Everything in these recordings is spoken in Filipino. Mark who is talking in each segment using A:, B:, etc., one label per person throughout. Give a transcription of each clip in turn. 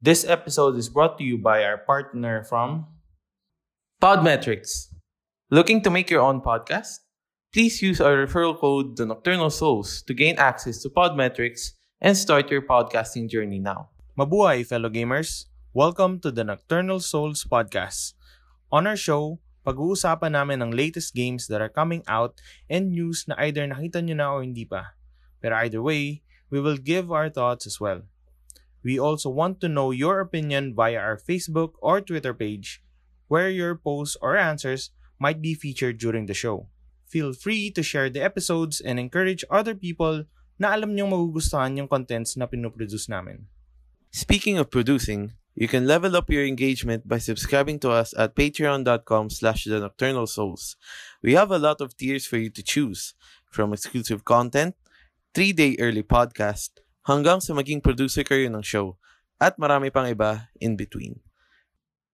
A: This episode is brought to you by our partner from
B: Podmetrics. Looking to make your own podcast? Please use our referral code, The Nocturnal Souls, to gain access to Podmetrics and start your podcasting journey now.
A: Mabuhay, fellow gamers! Welcome to the Nocturnal Souls podcast. On our show, pag-uusapan namin ang latest games that are coming out and news na either nakita nyo na o hindi pa. Pero either way, we will give our thoughts as well. We also want to know your opinion via our Facebook or Twitter page, where your posts or answers might be featured during the show. Feel free to share the episodes and encourage other people na alam niyong magugustuhan yung contents na pinoproduce namin.
B: Speaking of producing, you can level up your engagement by subscribing to us at patreon.com slash the nocturnal souls. We have a lot of tiers for you to choose, from exclusive content, 3-day early podcast, hanggang sa maging producer kayo ng show, at marami pang iba in between.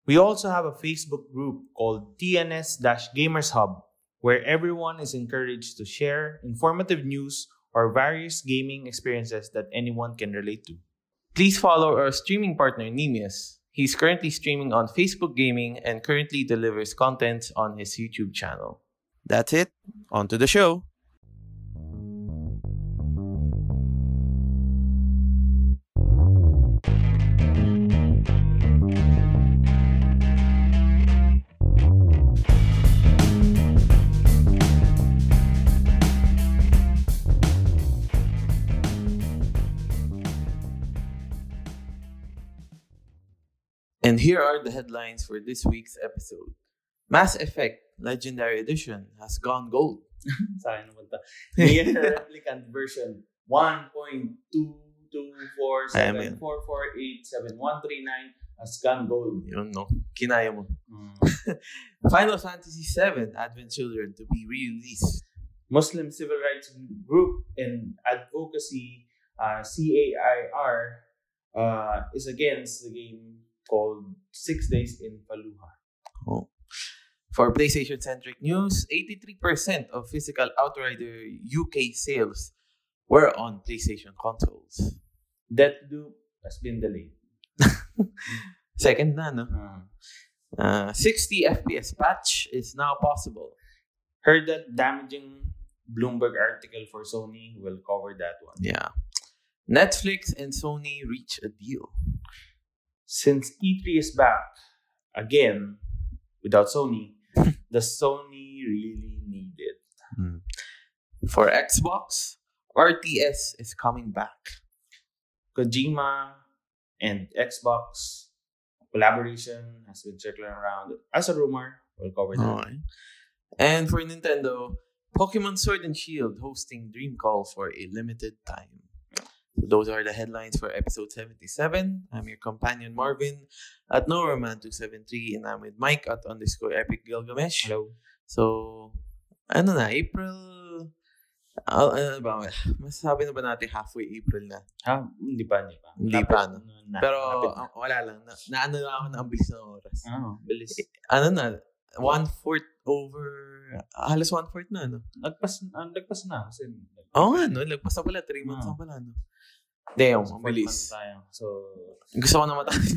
A: We also have a Facebook group called TNS Gamers Hub, where everyone is encouraged to share informative news or various gaming experiences that anyone can relate to.
B: Please follow our streaming partner, Nemius. He's currently streaming on Facebook Gaming and currently delivers content on his YouTube channel. That's it. On to the show. And here are the headlines for this week's episode Mass Effect Legendary Edition has gone gold.
A: Sa akin naman ta. Near Replicant version 1.22474487139 has gone gold. Mm.
B: Yun, no? Kinaya mo. Final Fantasy VII Advent Children to be re-released.
A: Muslim Civil Rights Group and Advocacy, uh, CAIR, uh, is against the game called Six Days in Fallujah.
B: For PlayStation centric news, 83% of physical Outrider UK sales were on PlayStation consoles.
A: Deathloop has been delayed. Mm.
B: Second na, no? Uh, 60 FPS patch is now possible.
A: Heard that damaging Bloomberg article for Sony. We'll cover that one.
B: Yeah. Netflix and Sony reach a deal.
A: since E3 is back again without Sony, the Sony really need it.
B: For Xbox, RTS is coming back.
A: Kojima and Xbox collaboration has been circling around as a rumor. We'll cover that.
B: Alright. And for Nintendo, Pokemon Sword and Shield hosting Dream Call for a limited time. So those are the headlines for episode 77. I'm your companion Marvin at Noroman273 and I'm with Mike at underscore epic Gilgamesh.
A: Hello.
B: So, ano na, April... Ah, ano ba? Masasabi na ba natin halfway April na?
A: Ha? Ah, Hindi pa, hindi pa.
B: Hindi pa, ano.
A: Na,
B: Pero
A: lapit na.
B: ah, wala lang. Na, naano lang ako na ang bilis ng oras.
A: Ah, bilis.
B: Ano na? One-fourth over... ah, Halos one-fourth na, ano?
A: Nagpas, ah, nagpas na. Kasi,
B: Oo nga, no? Lagpas na pala. Three months
A: Ah.
B: na pala, no? Damn, ang
A: Fourth month
B: oh, bilis.
A: tayo. So,
B: Gusto ko na matapos.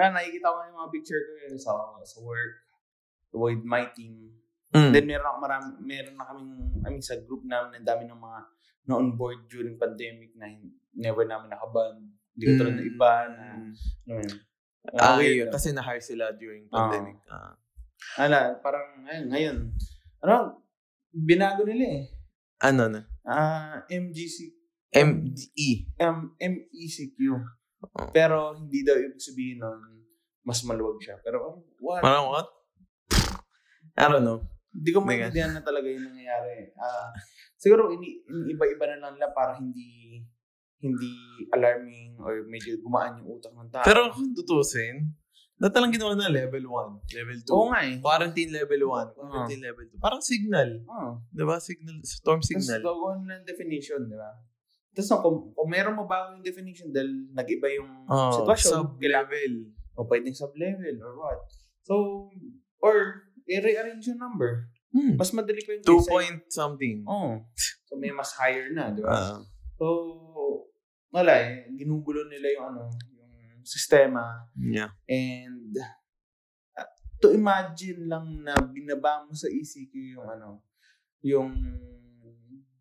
A: ah, nakikita ko yung mga picture ko yun sa, sa work with my team.
B: Mm.
A: Then meron, marami, meron na kaming, I mean, sa group namin, ang dami ng mga na-onboard during pandemic na hin- never namin nakaban. Hindi ko tulad ng
B: Mm.
A: iba na, ano yun.
B: Ah,
A: weird
B: yun.
A: lang.
B: Kasi na-hire sila during pandemic. Ah.
A: Ala, parang, ayun, ngayon, ano, binago nila eh.
B: ano na? E.
A: Ah, MGC,
B: MDE.
A: um, M, MECQ.
B: Oh.
A: Pero hindi daw ibig sabihin nun, mas maluwag siya. Pero, oh, what?
B: Parang what? I don't know.
A: Hindi ko
B: Hindi nga.
A: maintindihan na talaga yung nangyayari. Ah, siguro ini, iniiba-iba na lang nila para hindi hindi alarming or medyo gumaan yung utak ng tao.
B: Pero kung tutusin, lahat lang ginawa na level 1, level 2.
A: oo nga eh.
B: Quarantine level 1, quarantine level 2. Parang signal.
A: Oh,
B: Di ba? Signal, storm
A: Tapos
B: signal.
A: gawin ng definition, di ba? Tapos no, kung, kung meron mo bago yung definition dahil nag-iba yung
B: Oh,
A: sitwasyon, kailangan,
B: sub-level.
A: o pwedeng sub-level or what. So, or i-rearrange yung number.
B: Hmm.
A: Mas madali pa yung
B: Two
A: design.
B: point something.
A: Oh. So, may mas higher na, di ba?
B: Ah.
A: So, wala eh. Ginugulo nila yung ano, yung sistema.
B: Yeah.
A: And uh, to imagine lang na binaba mo sa ECQ yung ano, yung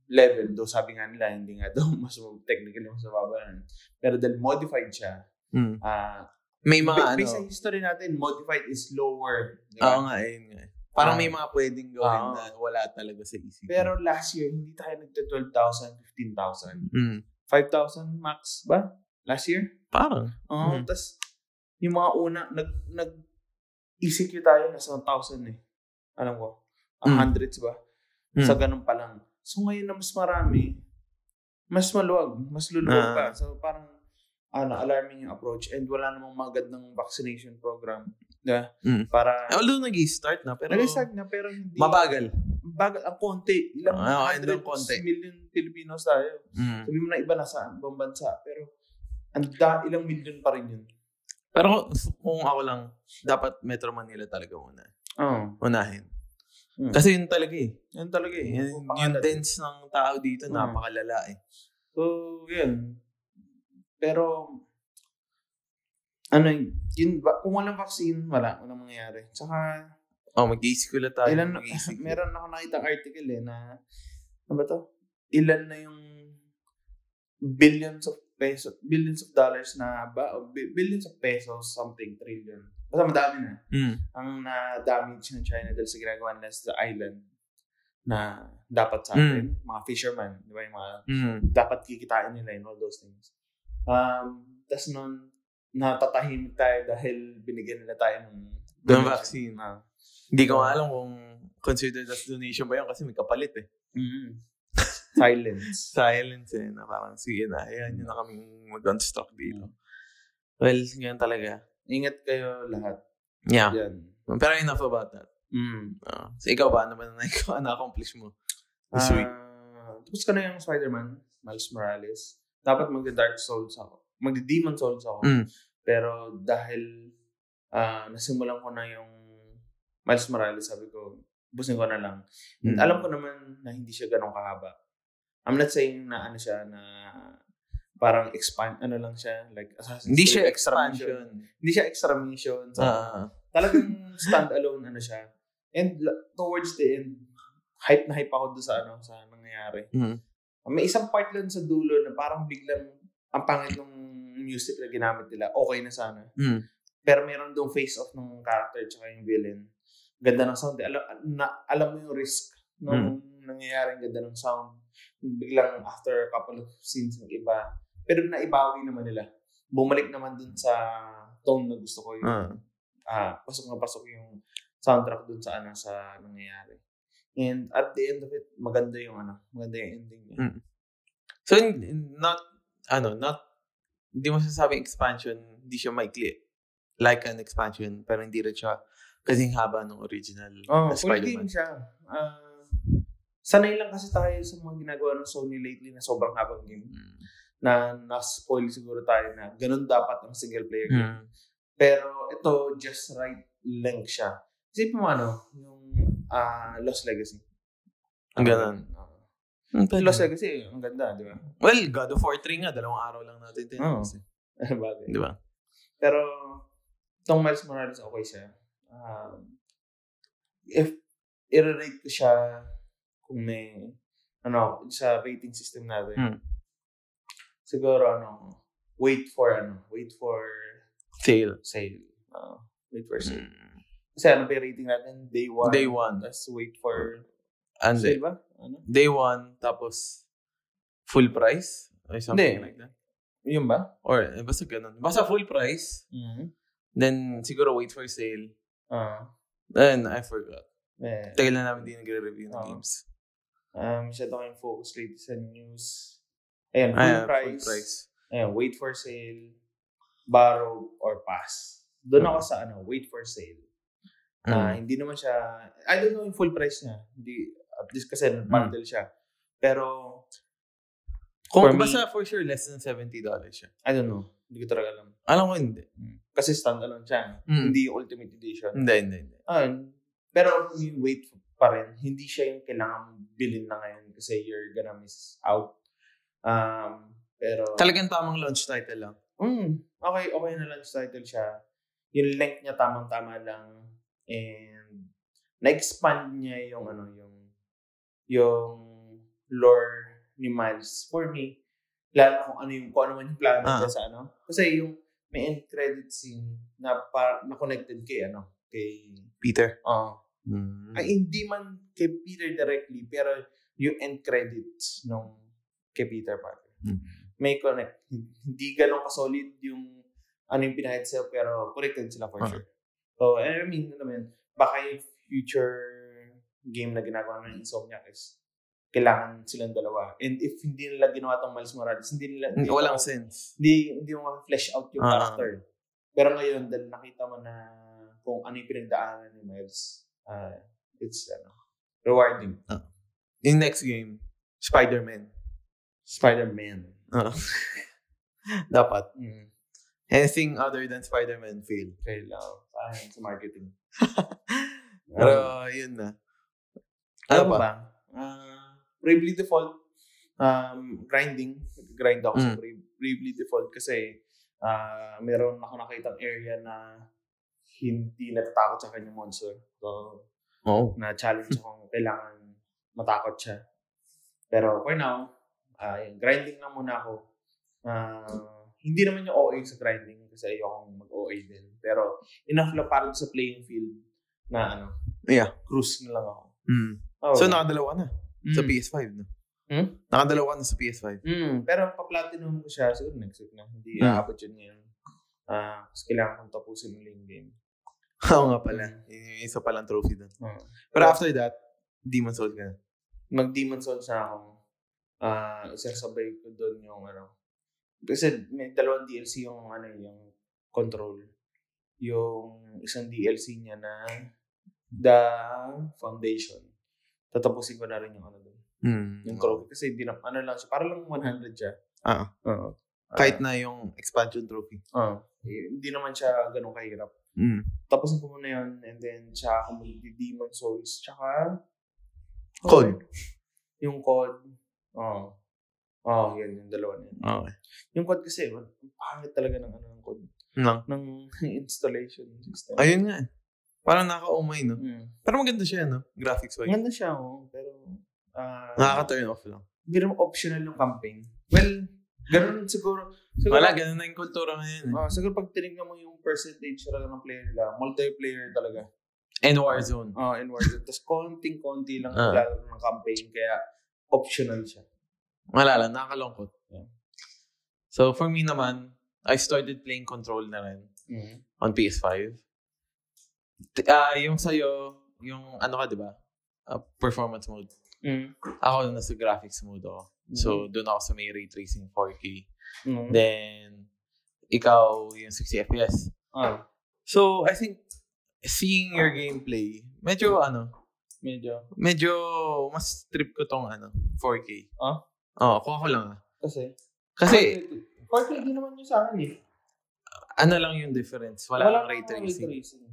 A: level. Though sabi nga nila, hindi nga daw mas technically mas mababa nun. Pero dahil modified siya,
B: Mm.
A: ah,
B: May mga
A: ba-
B: ano.
A: based sa history natin, modified is lower. di
B: Oo
A: ba?
B: nga, ayun nga. Parang
A: Ah.
B: may mga pwedeng gawin
A: Oo.
B: na wala talaga sa isip.
A: Pero last year, hindi tayo nagte 12,000, 15,000.
B: Mm.
A: 5,000 max ba? Last year?
B: Parang.
A: Oo.
B: Mhm.
A: Tapos, Ah, yung mga una, nag, nag, ECQ tayo, nasa 1,000 eh. Alam ko. Ang
B: Mm.
A: hundreds ba?
B: Mm.
A: Sa ganun pa lang. So, ngayon na mas marami, mas maluwag, mas luluwag
B: Ah.
A: pa. So, parang, ano, alarming yung approach. And wala namang magandang vaccination program. Na,
B: Mm.
A: Para,
B: Although nag-start na, pero
A: nalisag na, pero hindi.
B: mabagal.
A: Bagal, ang konti. Ilang
B: Ah, okay,
A: hundreds
B: ang konti.
A: million Filipinos tayo.
B: Mm.
A: Sabi mo na iba na sa ibang bansa, pero ang da, ilang million pa rin yun.
B: Pero kung ako lang, dapat Metro Manila talaga muna.
A: Oo.
B: Unahin.
A: Mm.
B: Kasi yun talaga eh.
A: Yan talaga eh.
B: Yun, yung
A: Pangalan.
B: dense ng tao dito,
A: Mm.
B: napakalala eh.
A: So, yun. Pero, ano, yun, ba, kung walang vaccine, wala, walang mangyayari. Tsaka,
B: Oh, mag-iisip tayo.
A: ilan,
B: mag-iisip.
A: meron ako nakita article eh, na, ano ba to? Ilan na yung billions of pesos, billions of dollars na ba, o bi- billions of pesos, something, trillion. Basta madami na.
B: Mm.
A: ang na-damage ng China dahil sa ginagawa nila sa island na dapat
B: Mm.
A: sa atin, mga fisherman, di ba yung mga
B: Mm.
A: dapat kikitain nila and all those things. Um, Tapos nun, natatahimik tayo dahil binigyan nila tayo ng ah.
B: Ng vaccine. ah.
A: Na,
B: Hindi ko nga alam kung considered as donation ba yun kasi may kapalit eh.
A: mm, silence.
B: Silence eh, na parang sige na, ayan
A: Mm.
B: yun na kaming mag-unstock dito. Well, ganyan talaga.
A: Ingat kayo lahat.
B: Yeah.
A: Yan.
B: Pero enough about that.
A: Mm.
B: Uh, so ikaw ba? Ano ba na ikaw na-accomplish mo this
A: Ah,
B: week?
A: Tapos ka na yung Spider-Man, Miles Morales. Dapat magda-Dark Souls ako. Magda-Demon Souls ako.
B: Mm.
A: Pero dahil ah, nasimulan ko na yung Miles Morales, sabi ko, busin ko na lang.
B: Mm.
A: And Alam ko naman na hindi siya ganun kahaba. I'm not saying na ano siya na parang expand, ano lang siya, like Assassin's
B: Hindi
A: Creed
B: siya
A: extramission.
B: expansion.
A: Hindi siya extra mission. So,
B: Ah.
A: talagang standalone ano siya. And la- towards the end, hype na hype ako doon sa ano, sa nangyayari.
B: Mm.
A: May isang part lang sa dulo na parang biglang ang pangit ng music na ginamit nila. Okay na sana.
B: Mm.
A: Pero meron doon face-off ng character tsaka yung villain. Ganda ng sound. Alam, na, alam mo yung risk nung nangyayari. Ang ganda ng sound. Biglang after a couple of scenes ng iba. Pero naibawi naman nila. Bumalik naman dun sa tone na gusto ko. Yung,
B: Ah.
A: ah, pasok na pasok yung soundtrack dun sa ano sa nangyayari. And at the end of it, maganda yung ano, maganda yung ending niya.
B: Mm. So, in- in- not, ano, not, hindi mo sasabing expansion, hindi siya maikli. Like an expansion, pero hindi rin siya kasing haba ng original
A: Oh,
B: na
A: full
B: Spider-Man.
A: game siya. Ah, sanay lang kasi tayo sa mga ginagawa ng Sony lately na sobrang habang game.
B: Mm.
A: na na-spoil siguro tayo na ganun dapat ang single player game.
B: Mm.
A: Pero ito, just right length siya. Isipin mo ano, yung ah, Lost Legacy.
B: Ang ganun.
A: Oo.
B: Mm,
A: Yung
B: pwede.
A: Lost Legacy, ang ganda, di ba?
B: Well, God of War 3 nga, dalawang araw lang natin
A: Oo.
B: tinapos. eh.
A: Bagay.
B: Di ba?
A: Pero, itong Miles Morales, okay siya. Um, if, i-rate ko siya kung may, ano, sa rating system natin.
B: Hmm.
A: Siguro, ano, wait for, ano, wait for
B: Sale.
A: sale. Uh, wait for sale.
B: Mm.
A: Kasi ano pa yung rating natin? Day one.
B: Day one.
A: Tapos wait for
B: And
A: sale ba? Ano?
B: day one, tapos full price? Or something
A: Hindi.
B: like that?
A: Yun ba?
B: Or, eh, basta ganun. Basta full price,
A: Mm-hmm.
B: then siguro wait for sale.
A: Uh,
B: Then, I forgot.
A: eh,
B: Tagal na namin din nagre-review ng
A: Oo.
B: games.
A: um, masyado kayong focus lately sa news. Ayan, full,
B: Ayan,
A: price.
B: Full price.
A: Ayan, wait for sale, borrow, or pass. Doon ako sa ano, wait for sale.
B: Mm.
A: Na hindi naman siya, I don't know yung full price niya. Hindi, at least kasi
B: Mm.
A: bundle siya. Pero,
B: Kung
A: for me-
B: basta for sure, less than $70 siya.
A: I don't know. Hindi ko talaga alam.
B: Alam ko hindi.
A: Kasi standalone siya.
B: Mm.
A: Hindi yung ultimate edition.
B: Hindi, hindi, hindi.
A: Ayun. Pero you wait pa rin. Hindi siya yung kailangan mong bilhin na ngayon kasi you're gonna miss out. Um, pero,
B: Talagang tamang launch title lang.
A: Mm, okay, okay na lunch title siya. Yung length niya tamang-tama lang. And na-expand niya yung ano, yung yung lore ni Miles for me. Lalo kung ano yung, kung ano man yung plano
B: Ah.
A: niya sa ano. Kasi yung may end credit scene na, par, na connected kay ano, kay,
B: Peter.
A: oh,
B: Mm.
A: ay, hindi man kay Peter directly, pero yung end credits nung kay Peter Parker.
B: Mm.
A: May connect. Hindi ganun ka-solid yung ano yung pinahit sa'yo, pero connected sila for
B: Ah.
A: sure. So, I mean, ano man, baka yung future game na ginagawa ng Insomniac is kailangan silang dalawa. And if hindi nila ginawa tong Miles Morales, hindi nila, hindi
B: Walang
A: mo-
B: sense.
A: hindi, hindi mo ma-flesh out yung
B: Ah.
A: character. Pero ngayon, dahil nakita mo na kung ano yung pinagdaanan ni Miles, ah, it's ano, rewarding.
B: Yung next game, Spider-Man.
A: Spider-Man.
B: Ah. Dapat.
A: Mm.
B: Anything other than Spider-Man fail.
A: Kailangan tayo sa marketing. Um,
B: Pero, yun na. Ano pa?
A: Ah, Bravely Default, um, grinding. Grind ako sa
B: Mm.
A: Brave- Bravely Default kasi ah meron ako nakitang area na hindi natatakot sa kanyang monster. So,
B: Oo.
A: na challenge akong kailangan matakot siya. Pero for now, ah, yun, grinding lang muna ako. Ah, hindi naman yung OA sa grinding kasi ayokong mag-OA din. Pero enough lang para sa playing field na ano,
B: Yeah.
A: cruise na lang ako.
B: Mm.
A: Oh,
B: So, nakadalawa na sa
A: Mm.
B: PS5 na.
A: Hmm?
B: Nakadalawa na sa PS5.
A: Mm, pero pa-platinum ko siya siguro next week na.
B: Mm.
A: Hindi aabot yun ngayon. Ah, kasi kailangan kong tapusin yung lane game.
B: Oo nga pala. Yun yung isa palang trophy doon.
A: Oo.
B: Pero after that, Demon Souls ka na.
A: mag-Demon Souls na ako. Ah, isasabay ko doon yung ano. Kasi may dalawang DLC yung ano yung control. Yung isang DLC niya na The Foundation. Tatapusin ko na rin yung ano doon.
B: Mm.
A: Yung trophy. Kasi hindi na, ano lang siya. Parang lang 100 siya.
B: Ah.
A: Oo.
B: Kahit na yung expansion trophy.
A: Ah, eh, hindi naman siya ganun kahirap.
B: Mm.
A: Tapusin ko muna yun. And then, tsaka ako mag-Demon Souls. Tsaka...
B: Code.
A: Yung code. Oo. Oh. Oo, oh, yun. Yung dalawa na yun.
B: Okay.
A: Yung code kasi, ang pangit talaga ng ano ng code.
B: Lang.
A: Ng installation system.
B: Ayun nga. eh. Parang nakaumay, no?
A: Mm.
B: Pero maganda siya, no? Graphics wise.
A: Ganda siya, oh. Pero... ah,
B: Nakaka-turn off lang.
A: Hindi naman optional yung campaign. Well, ganun siguro. siguro
B: Wala, ganun na yung kultura ngayon. eh.
A: Ah, siguro pag tinignan mo yung percentage talaga ng player nila, multiplayer talaga.
B: And Warzone.
A: Oo, in Warzone. Ah, Tapos konting-konti lang
B: Ah.
A: uh. ng campaign, kaya optional siya.
B: Wala lang, nakakalungkot.
A: Yeah.
B: So, for me naman, I started playing Control na rin on PS5. T- Ah, yung sa'yo, yung ano ka, di ba? Ah, performance mode.
A: Mm.
B: Ako nasa graphics mode ako. So,
A: Mm-hmm.
B: doon ako sa may ray tracing 4K.
A: Mm.
B: Then, ikaw yung 60 FPS.
A: Ah,
B: So, I think, seeing your gameplay, medyo ano,
A: medyo.
B: medyo mas trip ko tong ano, 4K.
A: Ah?
B: Oo, kuha ko lang ah.
A: Kasi, ah,
B: Kasi,
A: 4K din naman yun sa akin eh.
B: ano lang yung difference. Wala, lang ray
A: namang
B: tracing.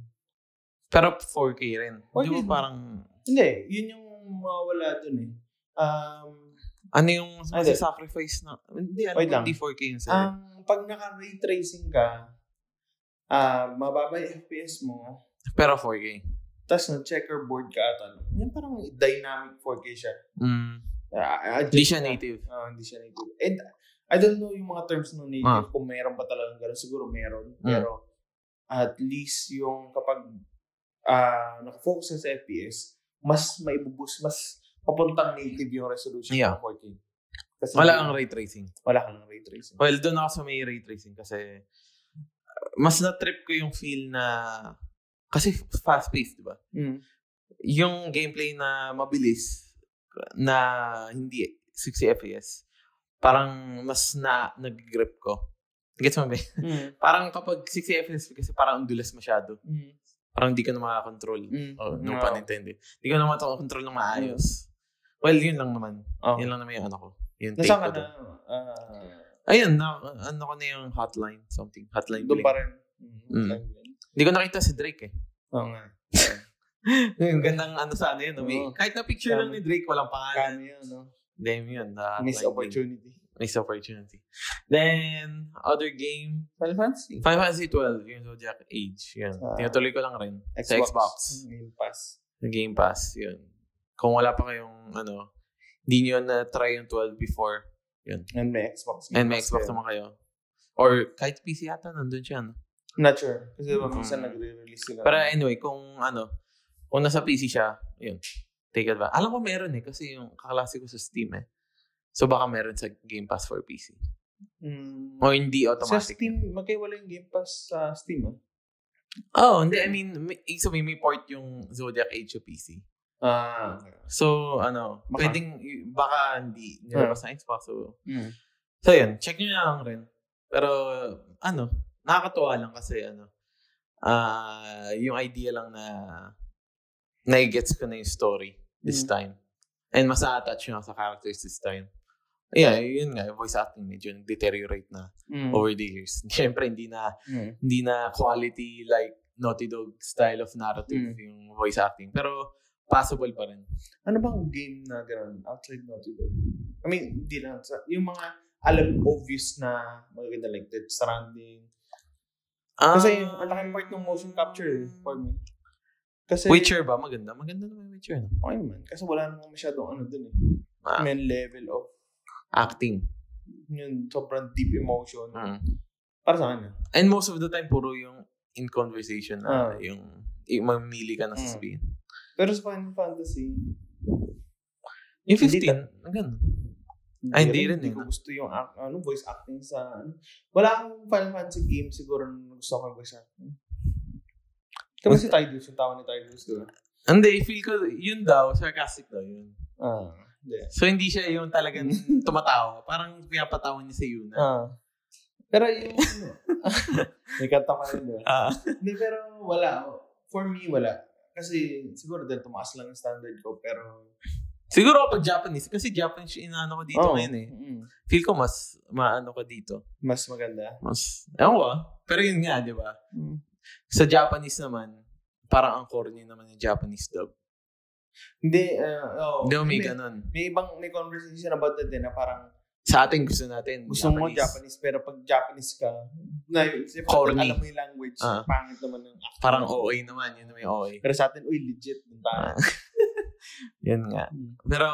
B: Pero 4K rin. Hindi
A: 4K
B: mo
A: din.
B: parang,
A: Hindi, yun yung mawala dun eh. Um,
B: ano yung
A: Ah, hindi.
B: sacrifice na, hindi, ano,
A: Wait lang. Ah.
B: hindi 4K yung
A: ang
B: sa
A: pag naka-ray tracing ka, ah mababa yung FPS mo,
B: Pero 4K.
A: tapos na checkerboard ka at ano. Yan parang dynamic 4K siya.
B: Mm,
A: Ah, adjust
B: hindi siya
A: na.
B: native.
A: Ah, hindi siya native. And I don't know yung mga terms ng native,
B: Ah.
A: kung meron ba talagang ganun. Siguro meron.
B: Mm.
A: Pero at least yung kapag ah nakafocus na sa FPS, mas maibubus, mas papuntang native yung resolution
B: Yeah.
A: ng 4K. Kasi
B: Wala ang ray tracing.
A: Wala kang ray tracing.
B: Well, doon ako sa may ray tracing kasi uh, mas na-trip ko yung feel na kasi fast-paced, di ba?
A: Mm.
B: Yung gameplay na mabilis na hindi 60 FPS, parang mas na nag-grip ko. Gets mo ba?
A: Mm.
B: parang kapag 60 FPS kasi parang undulas masyado.
A: Mm.
B: Parang di ka na makakontrol.
A: Mm.
B: Oh, no,
A: No.
B: pun intended. Di ka na makakontrol ng maayos. Well, yun lang naman.
A: Mm. Oh.
B: Yun lang naman yung ano ko. Yung take
A: Nasaan
B: ko
A: ka
B: doon.
A: na? Ah,
B: Ayun, na, ano ko na yung hotline, something. Hotline
A: doon
B: bling.
A: pa rin. Hmm.
B: Mm. Hindi ko nakita si Drake eh.
A: Oo nga.
B: Yung gandang ano sa ano yun. May,
A: Oo.
B: kahit na picture lang ni Drake, walang pangalan.
A: Kami yun, no?
B: Damn yun. Na
A: Miss opportunity.
B: Next opportunity. Then, other game,
A: Final Fantasy.
B: Final Fantasy 12, yung Zodiac Age. Yun.
A: Ah.
B: Tinutuloy ko lang rin. Sa Xbox.
A: Hmm, Game Pass.
B: Yung Game Pass, yun. Kung wala pa kayong, ano, hindi nyo na-try yung 12 before,
A: And may Xbox. Game
B: and may
A: Pass
B: Xbox
A: kayo.
B: naman kayo. Or kahit PC yata, nandun siya, no?
A: Not sure. Kasi diba,
B: Mm.
A: minsan nagre-release sila.
B: Pero anyway, kung ano, kung nasa PC siya, yun, take advantage. Alam ko meron eh, kasi yung kaklase ko sa Steam eh. So baka meron sa Game Pass for PC.
A: Mm.
B: O hindi
A: Sa
B: automatic.
A: Steam, magkaiwala yung Game Pass sa Steam, ah.
B: Oh, hindi. I mean, may, so may, may port yung Zodiac Age sa PC.
A: Ah.
B: So, ano,
A: Baka.
B: pwedeng, baka hindi nilabas sa Xbox. So,
A: Mm.
B: so yun, check nyo na lang rin. Pero, ano, nakakatuwa lang kasi, ano, ah yung idea lang na nai-gets ko na yung story this
A: Mm.
B: time. And mas na-attach na ako sa characters this time. Yeah, yun nga, yung voice acting medyo deteriorate na
A: Mm.
B: over the years. Siyempre, hindi na
A: Mm.
B: hindi na quality like Naughty Dog style of narrative
A: Mm.
B: yung voice acting. Pero possible pa rin.
A: Ano bang game na gano'n outside Naughty Dog? I mean, hindi lang. Sa, yung mga alam obvious na magaganda like Dead Stranding. Kasi
B: Ah,
A: ang laking part ng motion capture eh, for me. ano Kasi,
B: Witcher ba? Maganda. Maganda naman yung Witcher. No?
A: Okay naman. Kasi wala namang masyadong ano dun eh.
B: Ah.
A: May level of
B: Acting.
A: yun, sobrang deep emotion.
B: Mm.
A: Para sa akin ah.
B: And most of the time, puro yung in conversation na
A: Ah.
B: yung, yung mamili ka na
A: Mm.
B: sasabihin.
A: Pero sa Final Fantasy,
B: Yung
A: Hindi
B: 15, ang ganda. Ay, hindi rin eh,
A: Hindi ko
B: no?
A: gusto yung act, ano, voice acting sa... Ano. Wala akong Final Fantasy game siguro na gusto ko yung voice acting. Kami si Tidus, yung tawa ni Tidus, di ba?
B: Hindi, feel ko, yun daw, sarcastic daw yun.
A: Ah, hindi.
B: So, hindi siya yung talagang tumatawa. Parang pinapatawa niya sa Yuna.
A: Ah. Pero yung... ano, May kanta pa yun, di ba?
B: Ah.
A: Hindi, pero wala. For me, wala. Kasi siguro dahil tumaas lang ang standard ko, pero...
B: Siguro kapag Japanese, kasi Japanese yung inaano ko dito
A: Oo.
B: ngayon eh.
A: Mm.
B: Feel ko mas maano ka dito.
A: Mas maganda.
B: Mas, ewan ko ah. Pero yun nga, di ba? Sa Japanese naman, parang ang corny naman yung Japanese dub.
A: Hindi, ah, oo.
B: Hindi mo may
A: May-
B: ganun.
A: May ibang, may conversation about that din na parang
B: Sa atin gusto natin,
A: Gusto mo Japanese, pero pag Japanese ka, na, if
B: Corny.
A: alam mo yung language,
B: Ah.
A: pangit naman ng acting.
B: Parang OA naman, yun naman yung OA.
A: Pero sa atin, uy, legit. Mm. Yung
B: Ah. Yun nga. Pero,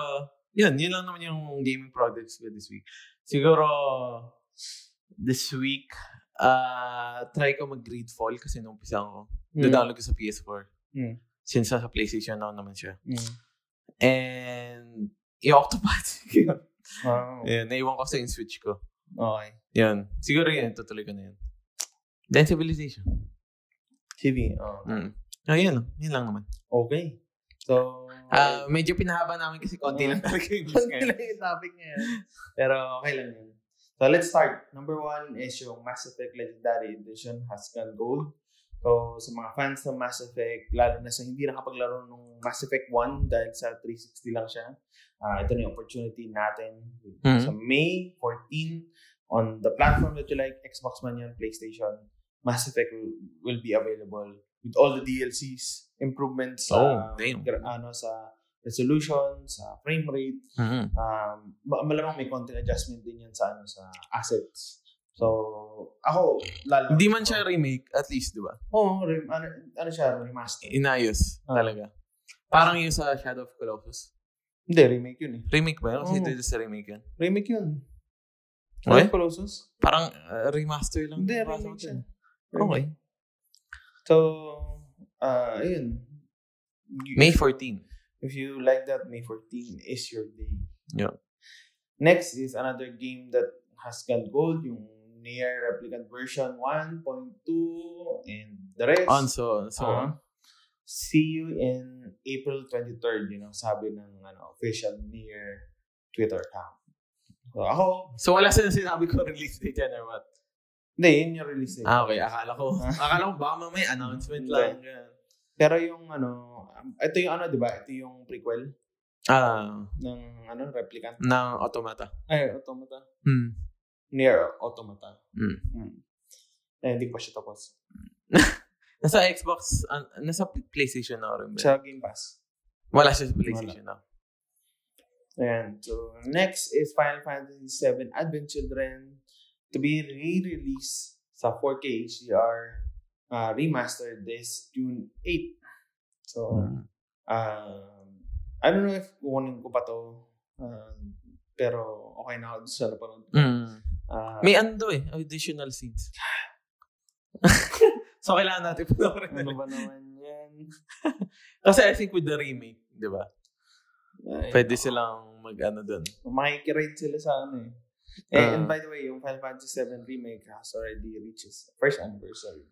B: yun, yun lang naman yung gaming products ko this week. Siguro, this week, ah try ko mag-grade fall kasi nung umpisa ko.
A: Hmm.
B: Na-download ko sa PS4.
A: Mm.
B: Since nasa PlayStation now naman siya.
A: Mm.
B: And, yung Octopath. yun,
A: Wow.
B: naiwan ko sa yung Switch ko.
A: Okay.
B: Yun. Siguro yun, tutuloy ko na yun. Then Civilization.
A: TV. Oh.
B: Mm. Oh, yun lang. Yun lang naman.
A: Okay. So,
B: Ah, medyo pinahaba namin kasi konti lang talaga yung news
A: Mm. konti
B: ngayon.
A: lang yung topic ngayon. Pero okay lang yun. So, let's start. Number one is yung Mass Effect Legendary Edition has gone gold. So, sa mga fans ng Mass Effect, lalo na sa hindi nakapaglaro ng Mass Effect 1 dahil sa 360 lang siya, ah ito na yung opportunity natin.
B: Mhm.
A: Sa May 14, on the platform that you like, Xbox man yan, PlayStation, Mass Effect will, will be available with all the DLCs, improvements sa,
B: Oh, damn.
A: gra- ano, sa resolution, sa frame rate,
B: Mhm.
A: um, ma- malamang may konting adjustment din yan sa ano sa assets. So, ako, lalo.
B: Hindi man siya remake, at least, di ba?
A: Oo, rem- ano, ano siya, remaster.
B: Inayos
A: Ah.
B: talaga. Parang yung sa Shadow of Colossus.
A: Hindi, remake yun eh.
B: Remake ba yun? Kasi
A: Oo.
B: ito yung sa remake yun.
A: Remake yun.
B: Okay.
A: Shadow of Colossus?
B: Parang ah, remaster lang.
A: Hindi,
B: yung basa ko
A: remake siya.
B: dun. Okay.
A: Remake. So, ah ayun. You-
B: May 14.
A: If you like that, May 14 is your day.
B: Yeah.
A: Next is another game that has gone gold, yung Near Replicant version 1.2 and the rest.
B: On, so, so,
A: Ah. see you in April 23rd, you know, sabi ng ano, official Near Twitter account. So ako,
B: so wala sila sinabi ko release date yan or what?
A: hindi, yun yung release eh. date.
B: Ah, okay. Akala ko,
A: Ah.
B: akala ko baka mamaya announcement lang.
A: Ganun. Pero yung ano, um, ito yung ano, di ba? Ito yung prequel
B: Ah,
A: ng ano, Replicant.
B: ng Automata.
A: Ay, Automata.
B: Hmm.
A: Near Automata.
B: Mm.
A: Mm. Eh, hindi ko pa siya tapos.
B: Nasa Xbox, an- nasa PlayStation na rin ba?
A: Sa Game Pass.
B: Wala siya sa PlayStation na.
A: Ayan. So, next is Final Fantasy VII Advent Children to be re-released sa 4K HDR uh, remastered this June 8. So,
B: Hmm.
A: um, I don't know if kukunin ko pa to. Um, pero okay na ako dun sa napanood. ko. Ah,
B: Hmm. May ano daw eh, additional scenes. so kailangan natin panoorin
A: ano
B: ulit.
A: ba naman yan?
B: Kasi I think with the remake, di ba?
A: Ay,
B: Pwede silang mag-ano dun.
A: Makikirate sila sa ano eh. Eh,
B: Ah.
A: and by the way, yung Final Fantasy VII Remake has already reaches first anniversary.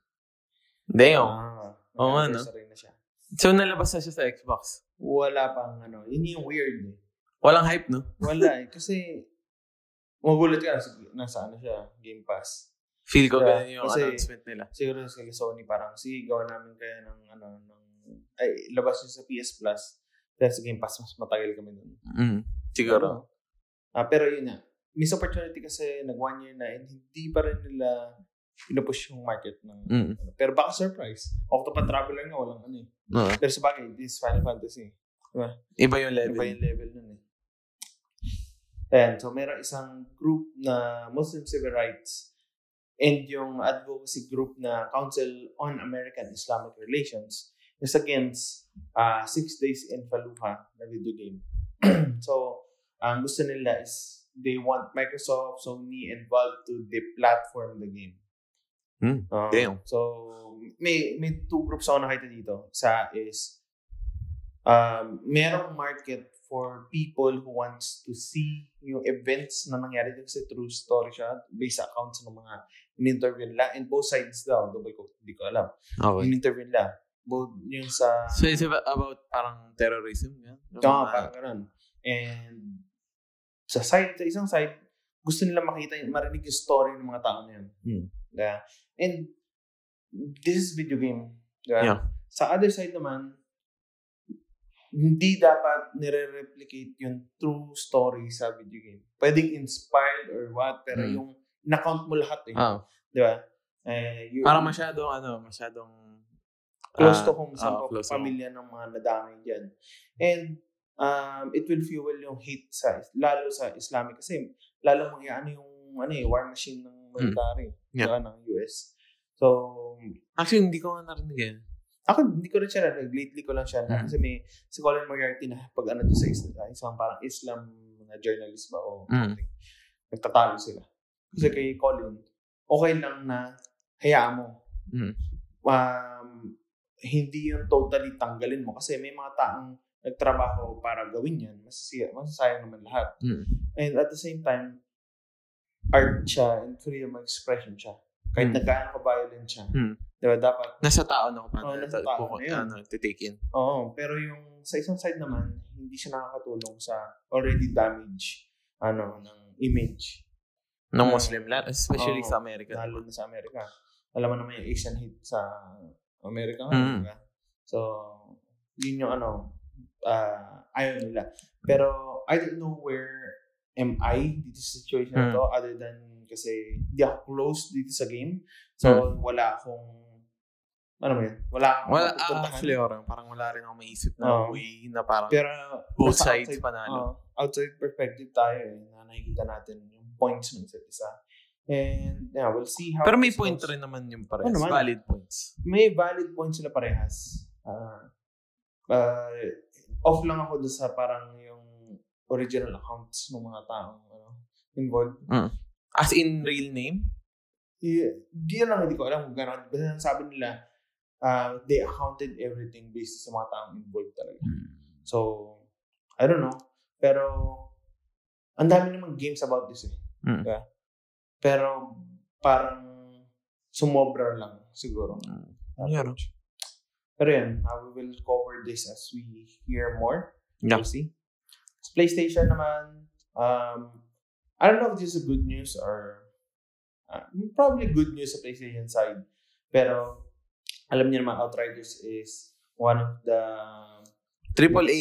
B: Damn.
A: Ah,
B: Oo nga, no?
A: anniversary na siya.
B: oh. So nalabas na siya sa Xbox.
A: Wala pang ano. Yun yung weird eh.
B: Walang hype, no?
A: Wala eh. Kasi, magulat ka nasa, nasa ano siya, Game Pass.
B: Feel ko
A: Yeah,
B: ganun yung
A: kasi-
B: announcement nila.
A: Siguro sila Sony parang, sige, gawa namin kaya ng ano, ng, ay, labas niyo sa PS Plus. Kaya sa Game Pass, mas matagal kami nun.
B: Mm, siguro.
A: Ah, pero yun na. Miss opportunity kasi nag one year na and hindi pa rin nila pinupush yung market ng
B: Mm.
A: ano. Pero baka surprise. Octopath Traveler nga walang ano eh.
B: Oo.
A: Pero sa bagay, this Final Fantasy.
B: Iba yung level.
A: Iba yung level nun eh. Ayan, so meron isang group na Muslim Civil Rights and yung advocacy group na Council on American Islamic Relations is against uh, Six Days in Fallujah na video game. so, ang gusto nila is they want Microsoft, Sony, and Valve to deplatform the game.
B: Hmm,
A: Um,
B: damn.
A: So, may, may two groups ako nakita dito. Isa is um, merong market for people who wants to see yung events na nangyari dun kasi true story siya based sa accounts ng mga in-interview nila and both sides daw double ko hindi ko alam
B: Okay.
A: in-interview nila both yung sa
B: So it's about, about parang terrorism, yan? Yung
A: Oo,
B: mga-
A: parang ganun. And sa side, sa isang side, gusto nila makita, yung- marinig yung story ng mga tao na yun.
B: Hmm.
A: Diba? And this is video game. Diba?
B: Yeah.
A: Sa other side naman, hindi dapat nire-replicate yung true story sa video game. Pwedeng inspired or what, pero
B: Hmm.
A: yung na-count mo lahat eh.
B: Ah,
A: Diba? Eh, yung-
B: parang masyadong, ano, masyadong... ah,
A: close to home
B: ah,
A: sa mga
B: close to home.
A: pamilya ng mga nadamay dyan. And um, it will fuel yung hate sa lalo sa Islamic kasi lalo mga ano yung ano eh, war machine ng military
B: Hmm. Yeah.
A: diba, ng US. So,
B: ah, Actually, hindi ko nga narinig eh. yan.
A: ako hindi ko rin siya narinig. Lately ko lang siya
B: Mm.
A: narinig. Kasi may si Colin Moriarty na pag ano to sa is- isang parang Islam na journalist ba o
B: Mm.
A: something. Nagtatalo sila. Kasi kay Colin, okay lang na hayaan mo.
B: Mm.
A: Um, hindi yung totally tanggalin mo. Kasi may mga taong nagtrabaho para gawin yan. Masasaya, masasayang naman lahat.
B: Mm.
A: And at the same time, art siya and freedom of expression siya. Kahit
B: Mm.
A: nagkaano ka violent siya.
B: Mm.
A: Diba? Dapat
B: Nasa tao na ko pa.
A: Oo, nasa tao na yun.
B: Ano, to take in.
A: Oo, pero yung sa isang side naman, hindi siya nakakatulong sa already damaged ano ng image,
B: Ng
A: Mm.
B: Muslim lahat. Ah, Especially
A: Oo.
B: sa America.
A: lalo na sa Amerika. Alam mo naman yung Asian hate sa Amerika nga,
B: Mm.
A: di ba? So, yun yung ano, ah, ayaw nila. Pero, I don't know where am I dito sa situation
B: Mm.
A: na to other than kasi hindi ako close dito sa game. So, wala akong, ano mo yun, wala akong
B: Mm. Wala, ah,
A: mapupuntahan.
B: actually, orang, parang wala rin akong maisip na
A: Oo.
B: way na parang
A: Pero,
B: both
A: Oh. nasa
B: sides ano.
A: outside
B: panalo.
A: Oo. ano, outside perspective tayo eh, na nakikita natin yung points ng isa't isa. And yeah, we'll see how
B: Pero may
A: this
B: point
A: goes.
B: rin naman yung parehas.
A: Oo Oh, naman.
B: Valid points.
A: May valid points sila parehas. Ah, ah, off lang ako doon sa parang yung original accounts ng mga taong ano, involved.
B: As in real name?
A: Yeah, di yun lang hindi ko alam kung gano'n. Basta sabi nila, ah, they accounted everything based sa mga taong involved talaga. So, I don't know. Pero, ang dami namang games about this eh.
B: Mm.
A: Diba? Pero, parang sumobra lang siguro.
B: Mm. Yeah, no?
A: Average. Pero yun, uh, we will cover this as we hear more.
B: Yeah.
A: We'll see. Sa PlayStation naman, um, I don't know if this is good news or uh, probably good news sa PlayStation side. Pero, alam niyo naman, Outriders is one of the
B: Triple A.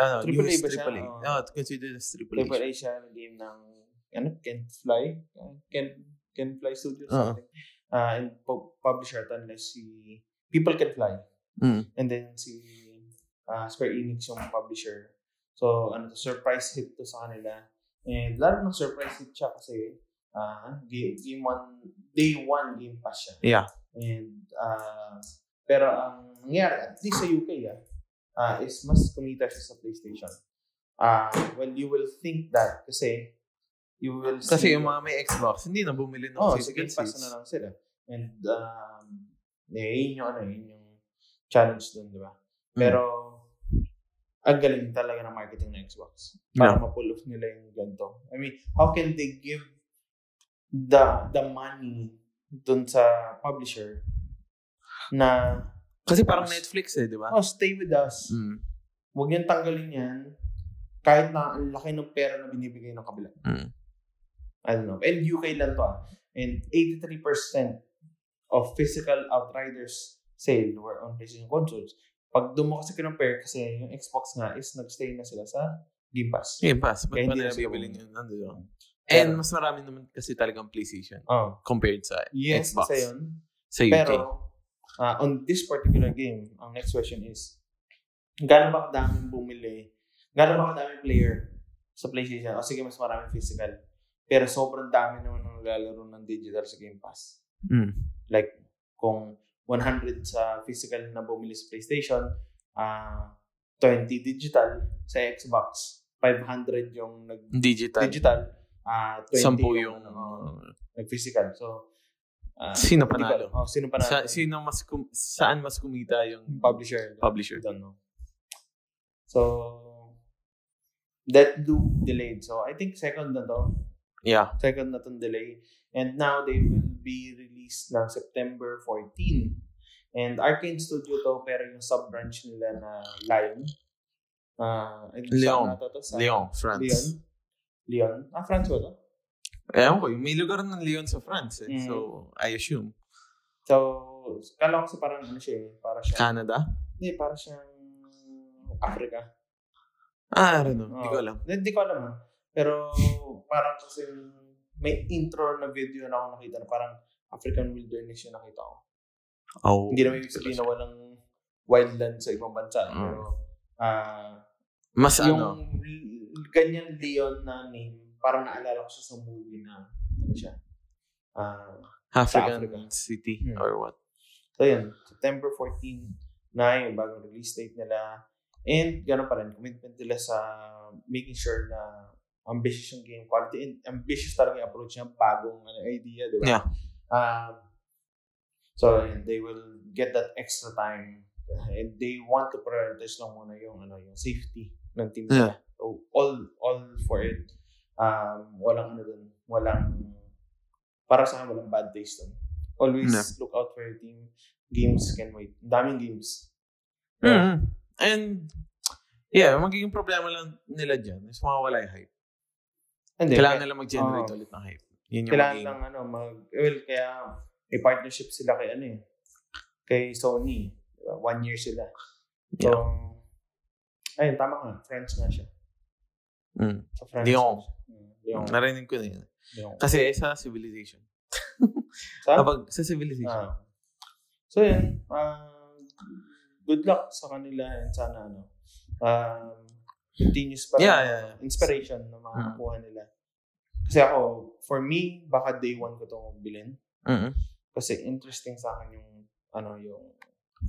B: Ano,
A: Triple A
B: news,
A: ba siya?
B: Triple A.
A: Oo.
B: No, considered as Triple A.
A: Triple A siya ng game ng ano, Can Fly? Can, can Fly Studios?
B: Oo.
A: something. Ah, and pu- publisher ito nila si People Can Fly.
B: Mm.
A: And then si ah, Square Enix yung publisher. So, ano to, surprise hit to sa kanila. And lalo ng surprise hit siya kasi ah game, game one, day one game pa siya.
B: Yeah.
A: And, ah pero ang nangyari, at least sa UK, ah, ah, is mas kumita siya sa PlayStation. ah well, you will think that kasi you will
B: Kasi
A: see-
B: yung mga may Xbox, hindi na bumili ng
A: Oo, oh, sa
B: physical
A: Game Pass
B: sales.
A: na lang sila. And, um, eh, yun yung, ano, yun yung challenge dun, di ba? Pero, ang galing talaga ng marketing ng Xbox. Para ma-pull off nila yung ganito. I mean, how can they give the the money dun sa publisher na,
B: Kasi parang Netflix eh, di ba?
A: oh, stay with us.
B: Mm.
A: Huwag niyong tanggalin yan. Kahit na ang laki ng pera na binibigay ng kabila.
B: Mm.
A: I don't know. And UK lang to ah. And 83% of physical Outriders sale were on PlayStation consoles. Pag doon mo kasi kinumpare, kasi yung Xbox nga is nagstay na sila sa Game Pass.
B: Game Pass. Ba't pa
A: Kaya hindi
B: nila
A: na siya
B: bibilin yun? Nandun yun.
A: Pero-
B: And mas marami naman kasi talagang PlayStation
A: Oh.
B: compared sa
A: Yes,
B: Xbox.
A: Xbox. kasi yun.
B: Sa UK.
A: Pero, ah, on this particular game, ang next question is, gaano ba kadaming bumili? Gaano ba kadaming player sa PlayStation? O sige, mas maraming physical. Pero sobrang dami naman ng naglalaro ng digital sa Game Pass.
B: Mm.
A: Like, kung 100 sa physical na bumili sa PlayStation, ah 20 digital sa Xbox, 500 yung nag-
B: digital.
A: digital, ah 20
B: Hmm. Sampu yung...
A: ano, nag-physical. So, ah,
B: Sino
A: hindi ko
B: panalo?
A: alam. Oh, sino panalo?
B: Sa, sino mas kum- saan mas kumita yung
A: publisher.
B: publisher?
A: Don't know. So, that loop delayed. So, I think second na to.
B: Yeah.
A: Second na tong delay. And now, they will be released ng September 14. And Arcane Studio to, pero yung sub-branch nila na Lion. Ah, I think
B: Leon.
A: saan ata to? Sa-
B: Lyon, France.
A: Leon. Leon. Ah, France ba to?
B: Ewan ko, yung may lugar ng Lyon sa France eh.
A: Mm.
B: So, I assume.
A: So, kala ko kasi parang ano siya eh. Para siya.
B: Canada?
A: Hindi, para siyang Africa.
B: Ah, I don't know. Hindi
A: Oo.
B: ko alam.
A: Hindi ko alam ah. Pero parang kasi may intro na video na ako nakita na parang African wilderness yung nakita ko.
B: Oh.
A: Hindi naman ibig sabihin na walang wildland sa ibang bansa.
B: Mm.
A: Pero ah
B: Mas
A: yung
B: ano,
A: l- ganyan Leon na name, parang naalala ko siya sa movie na ano siya. Ah,
B: African
A: Africa.
B: city
A: Mm.
B: or what?
A: So, yun. September 14 na yung bagong release date nila. And gano'n pa rin, commitment nila sa making sure na ambitious yung game quality and ambitious talaga yung approach niya bagong ano, idea, di ba?
B: Yeah.
A: Um, so, and they will get that extra time and they want to prioritize lang muna yung ano yung safety ng team nila. So, Oh, all all for it. Um, walang ano dun, walang para sa akin walang bad taste dun. Always
B: Yeah.
A: look out for your team. Games can wait. Daming games.
B: Mm. And, yeah, ang magiging problema lang nila dyan is mawawala yung hype.
A: And then,
B: Kailangan nila mag-generate
A: Oo.
B: ulit ng hype. Yun yung
A: kailangan
B: magiging-
A: ng ano mag well kaya may partnership sila kay ano eh kay Sony Diba? one year sila so ayun tama nga France nga siya
B: Mm.
A: sa France
B: Lyon.
A: nga siya. Mm, Lyon
B: Narinig ko na yun.
A: Lyon
B: Kasi sa civilization.
A: sa
B: Kapag sa civilization.
A: ah. so yun um, good luck sa kanila and sana ano um, continuous pa rin
B: Yeah,
A: ang
B: yeah, Mm. yeah.
A: inspiration na makakuha nila kasi ako for me baka day one ko itong bilhin
B: Mm-mm.
A: kasi interesting sa akin yung ano yung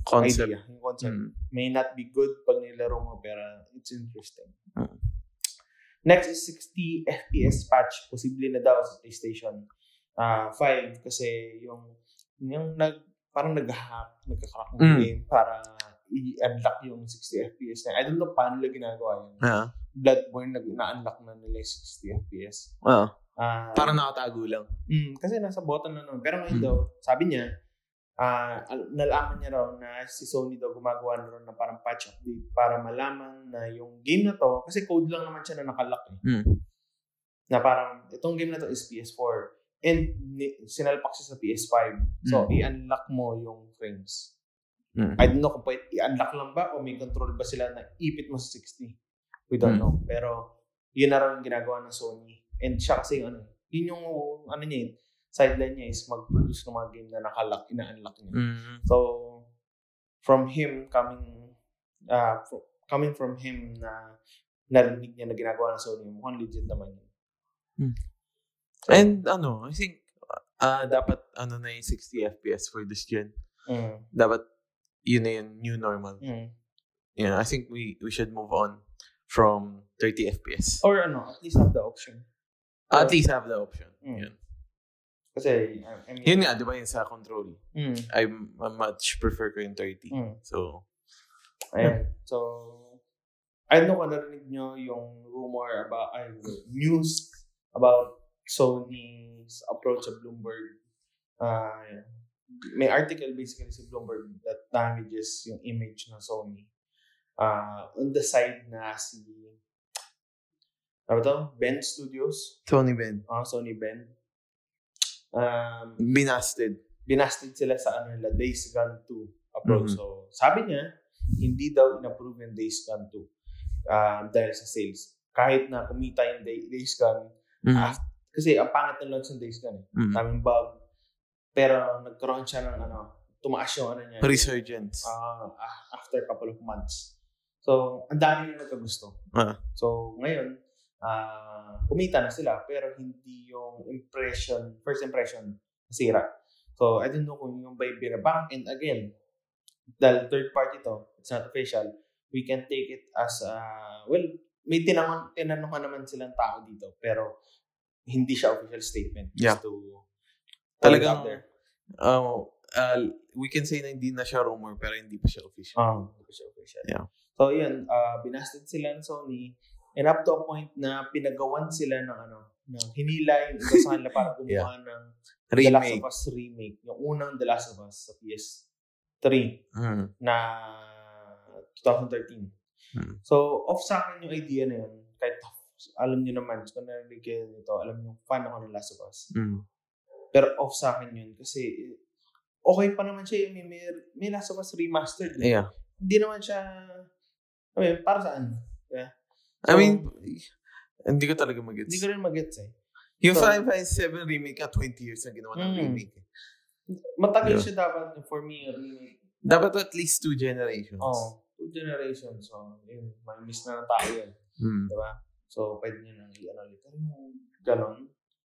B: Concept.
A: idea, yung concept.
B: Mm.
A: May not be good pag nilaro mo pero it's interesting.
B: Mm.
A: Next is 60 FPS patch. Posible na daw sa PlayStation ah 5 kasi yung yung nag parang nag-hack, nagka-crack ng
B: Mm.
A: game para i-unlock yung 60 FPS na. I don't know paano nila ginagawa yun.
B: Ah.
A: Bloodborne nag- na-unlock na nila yung 60 FPS.
B: Ah.
A: Ah,
B: Parang nakatago lang.
A: Mm, kasi nasa button na nun. Pero ngayon
B: Mm.
A: daw, sabi niya, ah al- nalaman niya raw na si Sony daw gumagawa na raw na parang patch update para malaman na yung game na to, kasi code lang naman siya na nakalock eh.
B: Mm.
A: Na parang, itong game na to is PS4. And ni- sinalpak siya sa PS5. So,
B: Mm.
A: i-unlock mo yung frames.
B: Mm.
A: I don't know kung pwede i-unlock lang ba o may control ba sila na ipit mo sa 60. We
B: Mm.
A: don't know. Pero, yun na raw yung ginagawa ng Sony. And siya kasi, ano, yun yung, ano niya, eh, sideline niya is mag-produce ng mga game na nakalock, ina-unlock niya.
B: Mm.
A: So, ah, from him coming, uh, fr- coming from him na narinig niya na ginagawa ng Sony, mukhang legit naman yun. So,
B: And ano, I think ah dapat ano na yung 60 FPS for this gen. Hmm.
A: mm,
B: Dapat yun na yung new normal.
A: mm.
B: Yeah, I think we we should move on from 30 FPS.
A: Or ano, at least have the option.
B: At least have the option.
A: Mm.
B: Yun.
A: Kasi, I, I mean,
B: Yun nga, di ba yun sa control?
A: Mm,
B: I much prefer ko yung 30.
A: mm.
B: So,
A: Ayan. So, I don't know kung narinig nyo yung rumor about, ay, news about Sony's approach sa Bloomberg. Uh, may article basically sa Bloomberg that damages yung image ng Sony. Uh, on the side na si, ano ba to? Ben Studios,
B: Tony Ben.
A: uh, Sony Ben. Um,
B: Binasted.
A: binasted sila sa ano nila, Days Gone 2 approach.
B: Mhm.
A: So, sabi niya, hindi daw inapprove yung Days Gone 2 um, dahil sa sales. Kahit na kumita yung Day- Days Gone,
B: Mhm.
A: ah, kasi ang pangit ng launch ng Days Gone, eh.
B: Mhm.
A: daming bug, pero nagkaroon siya ng ano, tumaas yung ano niya. yung,
B: Resurgence.
A: ah, ah, after a couple of months. So, ang dami na nagkagusto.
B: Ah.
A: So, ngayon, ah, kumita na sila pero hindi yung impression, first impression, nasira. So, I don't know kung yung by Binabank and again, dahil third party to, it's not official, we can take it as, ah, well, may tinanong, tinanungan naman silang tao dito pero hindi siya official statement.
B: Yeah.
A: Just to put it out
B: Talagang,
A: there.
B: um, uh, we can say na hindi na siya rumor pero hindi pa siya official.
A: Um, hindi ko siya official.
B: Ah. Yeah.
A: So, yun, uh, binasted sila ng Sony and up to a point na pinagawan sila ng ano, ng hinila yung iba sa kanila para gumawa ng The Last
B: Remake.
A: of Us remake. Yung unang The Last of Us sa PS3
B: Mm.
A: na 2013.
B: Mm.
A: So, off sa akin yung idea na yun. Kahit alam nyo naman, kung narinig kayo nito, alam nyo, fan ako ng Last of Us.
B: Mm.
A: Pero off sa akin yun kasi eh, okay pa naman siya. eh. May, may, may Last of Us remastered. eh
B: Yeah.
A: hindi naman siya, I mean, para ano,
B: I
A: saan? So-
B: mean, hindi ko talaga mag-gets.
A: Hindi ko rin magets eh.
B: Yung
A: So-
B: Final Fantasy 7 remake at 20 years na ginawa ng
A: Mm.
B: remake. eh.
A: Matagal
B: Yeah.
A: siya dapat for me, a remake.
B: Dapat at least two generations.
A: Oh, two generations. So, yun, may miss na na tayo yun.
B: Mm.
A: Diba? So, pwede nyo nang i-ano ulit. Ano yung Ganon.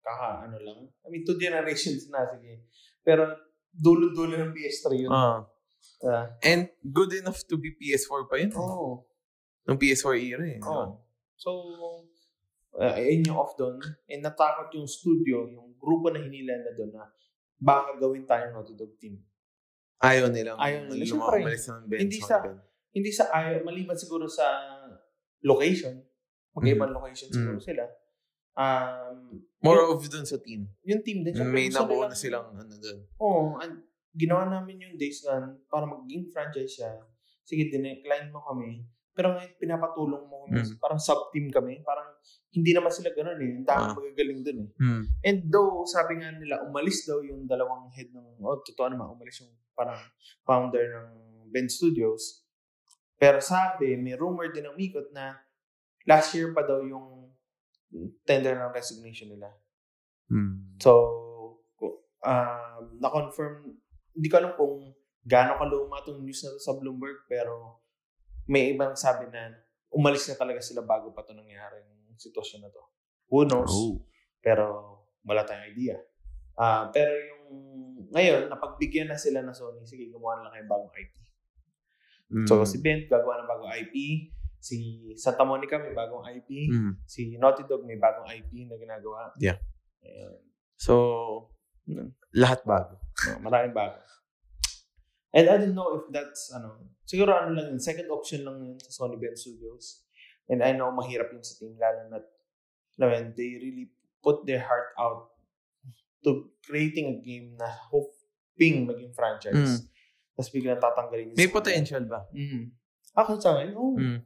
A: Kaka, ano lang. I mean, two generations na, sige. Pero, dulo-dulo ng PS3 yun.
B: Ah.
A: Ah.
B: and good enough to be PS4 pa yun. Oh.
A: Oo.
B: Nung PS4 era eh.
A: Oo. So, uh, ayun yung off doon. And natakot yung studio, yung grupo na hinila na doon na baka gawin tayo ng Naughty Dog team.
B: Ayaw nilang
A: Ayaw nila.
B: lumaw-
A: Siyempre.
B: umalis ng bench.
A: Hindi sa- hindi sa ayaw, maliban siguro sa location,
B: Mm-hmm.
A: magkaibang location siguro
B: Mm.
A: sila. Um,
B: More of dun sa team.
A: yung team din. syempre
B: May
A: gusto
B: nabuo
A: nilang-
B: na silang ano dun.
A: Oo. Oh, ginawa namin yung Days Gone para maging franchise siya. Sige, dinecline mo kami. Pero ngayon, pinapatulong mo kami.
B: Mm.
A: Parang sub-team kami. Parang hindi naman sila ganun eh. Ang dami
B: Ah.
A: magagaling dun eh.
B: Mm.
A: And though, sabi nga nila, umalis daw yung dalawang head ng, oh, totoo naman, umalis yung parang founder ng Ben Studios. Pero sabi, may rumor din ang mikot na last year pa daw yung tender ng resignation nila. Hmm. So, ko- um, na-confirm, hindi ko alam kung gaano kaluma itong news na to sa Bloomberg, pero may ibang sabi na umalis na talaga sila bago pa ito nangyari yung sitwasyon na to. Who knows?
B: Oh.
A: Pero wala tayong idea. Ah, pero yung ngayon, napagbigyan na sila na Sony, sige, gumawa na lang kayo ng bagong IP.
B: Mm.
A: So, si Bent, gagawa ng bagong IP. Si Santa Monica, may bagong IP.
B: Mm.
A: Si Naughty Dog, may bagong IP na ginagawa.
B: Yeah.
A: Ayan.
B: So,
A: Mm.
B: lahat bago.
A: No, maraming bago. Oh, And I don't know if that's, ano, siguro ano lang yun, second option lang yun sa Sony Ben Studios. And I know mahirap yun sa team, lalo na, alam mo yun, they really put their heart out to creating a game na hoping maging franchise. Tapos biglang tatanggalin yung
B: Hmm. May
A: studio.
B: potential ba?
A: Mm. Ako sa akin, oh, oo.
B: Mm.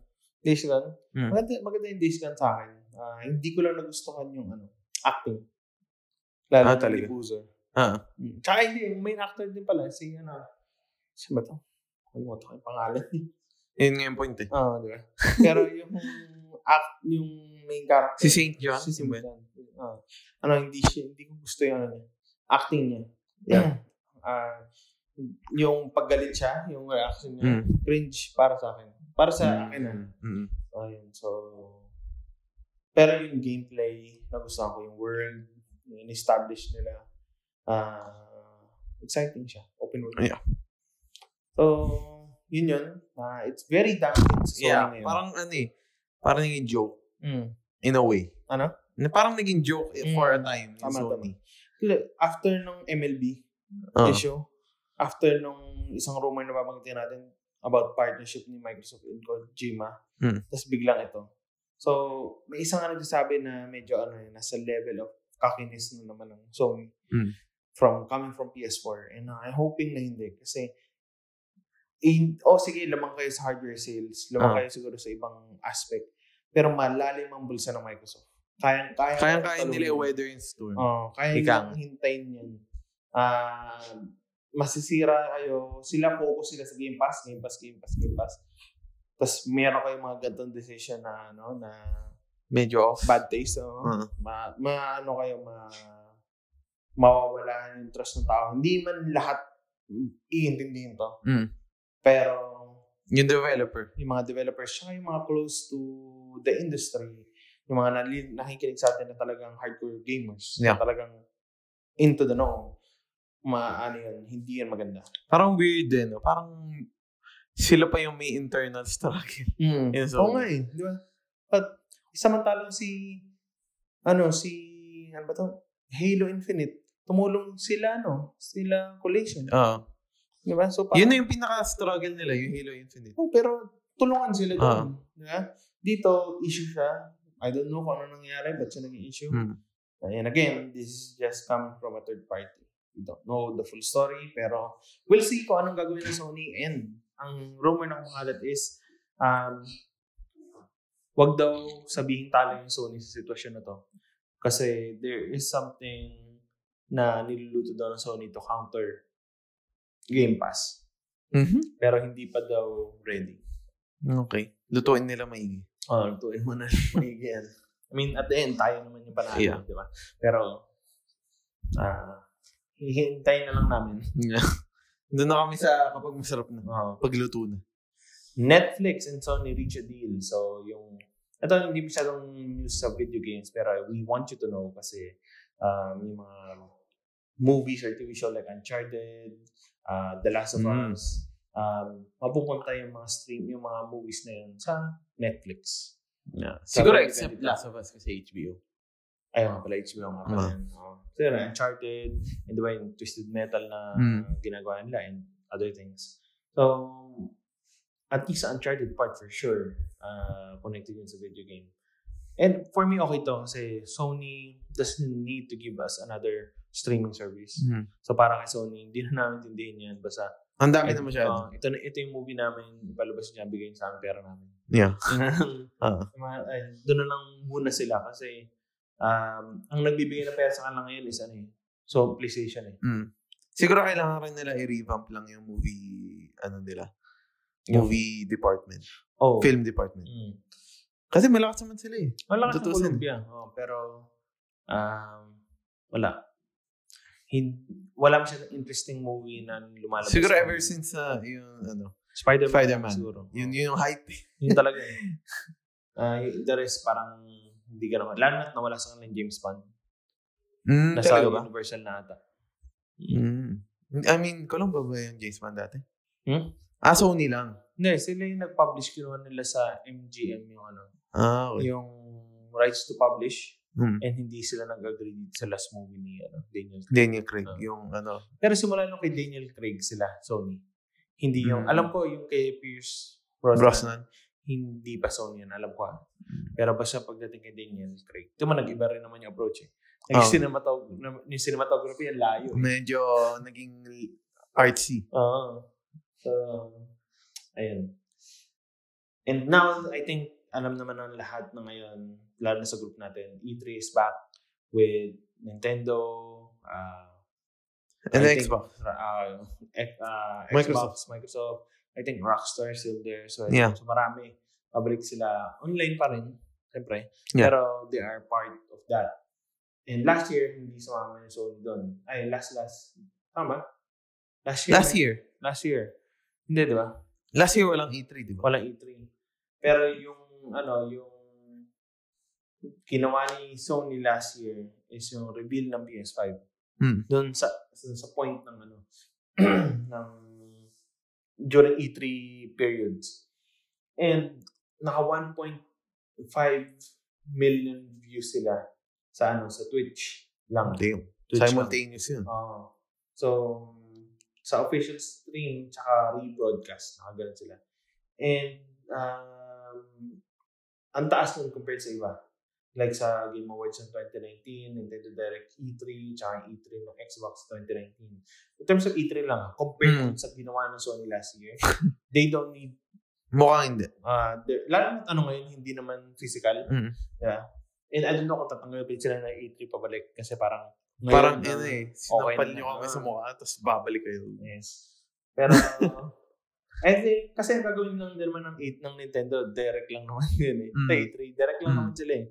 A: Days Gone.
B: Mm.
A: Maganda, maganda yung Days Gone sa akin. Ah, hindi ko lang nagustuhan yung ano, acting. Lalo
B: Ah,
A: na
B: talaga?
A: ni Boozer.
B: Ah.
A: Mm. Tsaka hindi, yung main actor din pala, si ano, si ba to? Kalimutan ko yung pangalan.
B: Yun nga yung point eh.
A: Oo, di ba? Pero yung act, yung main character.
B: Si St. John?
A: Si St.
B: yun ba yun?
A: John. Ah. ano, hindi siya, hindi ko gusto yung ano niya. Acting niya.
B: Yeah.
A: Ah, yung paggalit siya, yung reaction niya,
B: Mm. Hmm.
A: ano. cringe para sa akin. Para sa akin ah.
B: Mm.
A: Ayun, so, Pero yung gameplay, nagustuhan ko yung world, yung establish nila. ah exciting siya. Open world.
B: Yeah.
A: So, yun yun. Ah, it's very dark sa Sony
B: Yeah,
A: ngayon.
B: parang ano eh, parang naging joke
A: Mm.
B: in a way.
A: Ano?
B: Na parang naging joke eh,
A: Mm.
B: for a time yung
A: Tama, Oh.
B: Sony.
A: Look, after nung MLB
B: Ah,
A: issue, after nung isang rumor na babanggitin natin about partnership ni Microsoft and Kojima,
B: Hmm.
A: tapos biglang ito. So, may isang ano nagsasabi na medyo ano yun, nasa level of kakinis na naman ng Sony
B: Hmm.
A: from coming from PS4. And uh, I'm hoping na hindi kasi in, oh sige, lamang kayo sa hardware sales, lamang
B: Ah.
A: kayo siguro sa ibang aspect. Pero malalim ang bulsa ng Microsoft. Kayang, kayang,
B: Kayang-kaya nila
A: talunin. Oh.
B: i-weather yung storm.
A: Oo, kaya
B: Ikaw.
A: nilang hintayin yun. Ah, masisira kayo. Sila focus sila sa Game Pass, Game Pass, Game Pass, Game Pass. Tapos meron kayong mga gantong decision na ano na
B: Medyo off.
A: bad taste. No?
B: Ah.
A: Ma, ma- ano kayo ma mawawala yung trust ng tao. Hindi man lahat mm, iintindihin to.
B: Mm.
A: Pero
B: Yung developer.
A: yung mga developers, tsaka yung mga close to the industry, yung mga nali- nakikinig sa atin na talagang hardcore gamers,
B: Yeah.
A: na talagang into the know, maano yun, hindi yun maganda.
B: Parang weird din. No? Parang sila pa yung may internal struggle.
A: Mm.
B: Yes,
A: Oo
B: oo.
A: nga eh, di ba? But, samantalang si, ano, si, ano ba to? Halo Infinite. Tumulong sila, ano, sila collation.
B: Ah.
A: Di ba? So,
B: yun na yung pinaka-struggle nila, yung Halo Infinite.
A: Oh, pero tulungan sila
B: Ah.
A: doon. Di ba? Dito, issue siya. I don't know kung ano nangyari, ba't siya naging issue.
B: Hmm.
A: And again, this is just coming from a third party. We don't know the full story, pero we'll see kung anong gagawin ng Sony. And ang rumor na kumalat is, um, wag daw sabihin talo yung Sony sa sitwasyon na to. Kasi there is something na niluluto daw ng Sony to counter Game Pass.
B: Mhm.
A: Pero hindi pa daw ready.
B: Okay. Lutuin nila maigi.
A: Oh, lutuin mo na maigi yan. I mean, at the end, tayo naman yung panalo,
B: Yeah.
A: di ba? Pero, ah, hihintayin na lang namin.
B: Doon na kami sa kapag masarap na.
A: Oo.
B: Pagluto na.
A: Ah. Netflix and Sony reach a deal. So, yung, ito hindi masyadong news sa video games, pero we want you to know kasi um, yung mga movies or TV show like Uncharted, uh, The Last of
B: Mm.
A: Us, um, mapupunta yung mga stream, yung mga movies na yun sa Netflix.
B: Yeah.
A: Siguro
B: Siguro
A: except
B: except Last
A: Last
B: of Us kasi HBO.
A: Ayun nga pala, HBO nga pala.
B: Ah.
A: yun. Oo. So yun, Uncharted, and di ba yung Twisted Metal na
B: Mm.
A: ginagawa nila and other things. So, at least sa Uncharted part for sure, uh, connected yun sa video game. And for me, okay to kasi Sony doesn't need to give us another streaming service.
B: Hmm.
A: So para kay Sony, hindi na namin tindihin yan. Basta,
B: Ang dami na masyado.
A: Oo, ito, na, ito yung movie namin, ipalabas niya, bigay niya sa amin pera namin.
B: yeah. Ah.
A: Yung mga, ay, doon na lang muna sila kasi um, ang nagbibigay ng pera sa kanila ngayon is ano eh, so PlayStation eh.
B: Mm. Siguro kailangan rin nila i-revamp lang yung movie, ano nila,
A: Yung-
B: movie department,
A: Oh.
B: film department.
A: Mm.
B: Kasi malakas naman sila eh.
A: Wala ka sa
B: Tutusin.
A: Columbia. Oh, pero um, wala. Hin- wala masyadong interesting movie na lumalabas.
B: Siguro ever since ah, yung, ano,
A: Spider-Man,
B: Spider-Man.
A: siguro. Oh,
B: yun, yun yung hype eh.
A: Yun talaga eh. Ah, yung the rest parang hindi ka naman. Lalo na nawala sa kanila yung James Bond.
B: Mm,
A: Nasa ano?
B: talaga ba?
A: Universal na ata.
B: Mm. I mean, Colombo ba yung James Bond dati?
A: Hmm?
B: Ah, Sony lang.
A: Hindi, sila yung nag-publish kinuha nila sa MGM yung ano,
B: Ah, okay.
A: yung rights to publish
B: Mm.
A: and hindi sila nag-agree dito sa last movie ni ano, Daniel Craig.
B: Daniel Craig,
A: Ah.
B: yung ano.
A: Pero simula nung kay Daniel Craig sila, Sony. Hindi yung,
B: Mm.
A: alam ko yung kay Pierce Brosnan,
B: Brosnan.
A: hindi pa Sony yun, alam ko ah. Pero basta pagdating kay Daniel Craig, ito man nag-iba rin naman yung approach eh. Nag-
B: Oh.
A: cinematog- na- yung cinematography, ang layo eh.
B: Medyo naging artsy.
A: Oo. So, ayun. And now, I think, alam naman ng lahat na ngayon, lalo na sa group natin, E3 is back with Nintendo, uh,
B: And
A: I think,
B: Xbox.
A: uh, X- uh,
B: Microsoft.
A: Xbox, Microsoft. I think Rockstar is still there. So,
B: Yeah.
A: so marami. Pabalik sila online pa rin, siyempre.
B: Yeah.
A: Pero they are part of that. And last year, hindi sumama yung Sony doon. Ay, last, last. Tama? Last year.
B: Last year.
A: Last year. Hindi, di ba? E
B: Last E year walang E3, di ba?
A: Walang E3. Pero yung, ano, yung ginawa ni Sony last year is yung reveal ng PS5.
B: Hmm.
A: Doon sa doon sa point ng ano ng during E3 periods. And naka 1.5 million views sila sa ano sa Twitch lang.
B: Damn.
A: Twitch lang.
B: Simultaneous yun.
A: Oo. so, sa official stream, tsaka rebroadcast, nakagalan sila. And, um, ang taas nun compared sa iba. Like sa Game Awards ng 2019, Nintendo Direct E3, tsaka yung E3 ng Xbox 2019. In terms of E3 lang, ah, compared
B: Mm.
A: dun sa ginawa ng Sony last year, they don't need
B: Mukhang hindi.
A: Ah, there- lalo na ano ngayon, hindi naman physical.
B: Mm.
A: Yeah. And I don't know kung tatanggapin sila ng E3 pabalik kasi parang
B: Parang yun
A: ngayon na-
B: eh.
A: okay
B: Sinampal
A: na
B: niyo
A: na.
B: kami sa mukha, tapos babalik kayo.
A: Yes. Pero, I think, Eh, kasi ang gagawin lang din naman ng 8 ng Nintendo, direct lang naman yun eh.
B: Mm.
A: Sa E3, direct lang
B: Mm.
A: naman sila eh.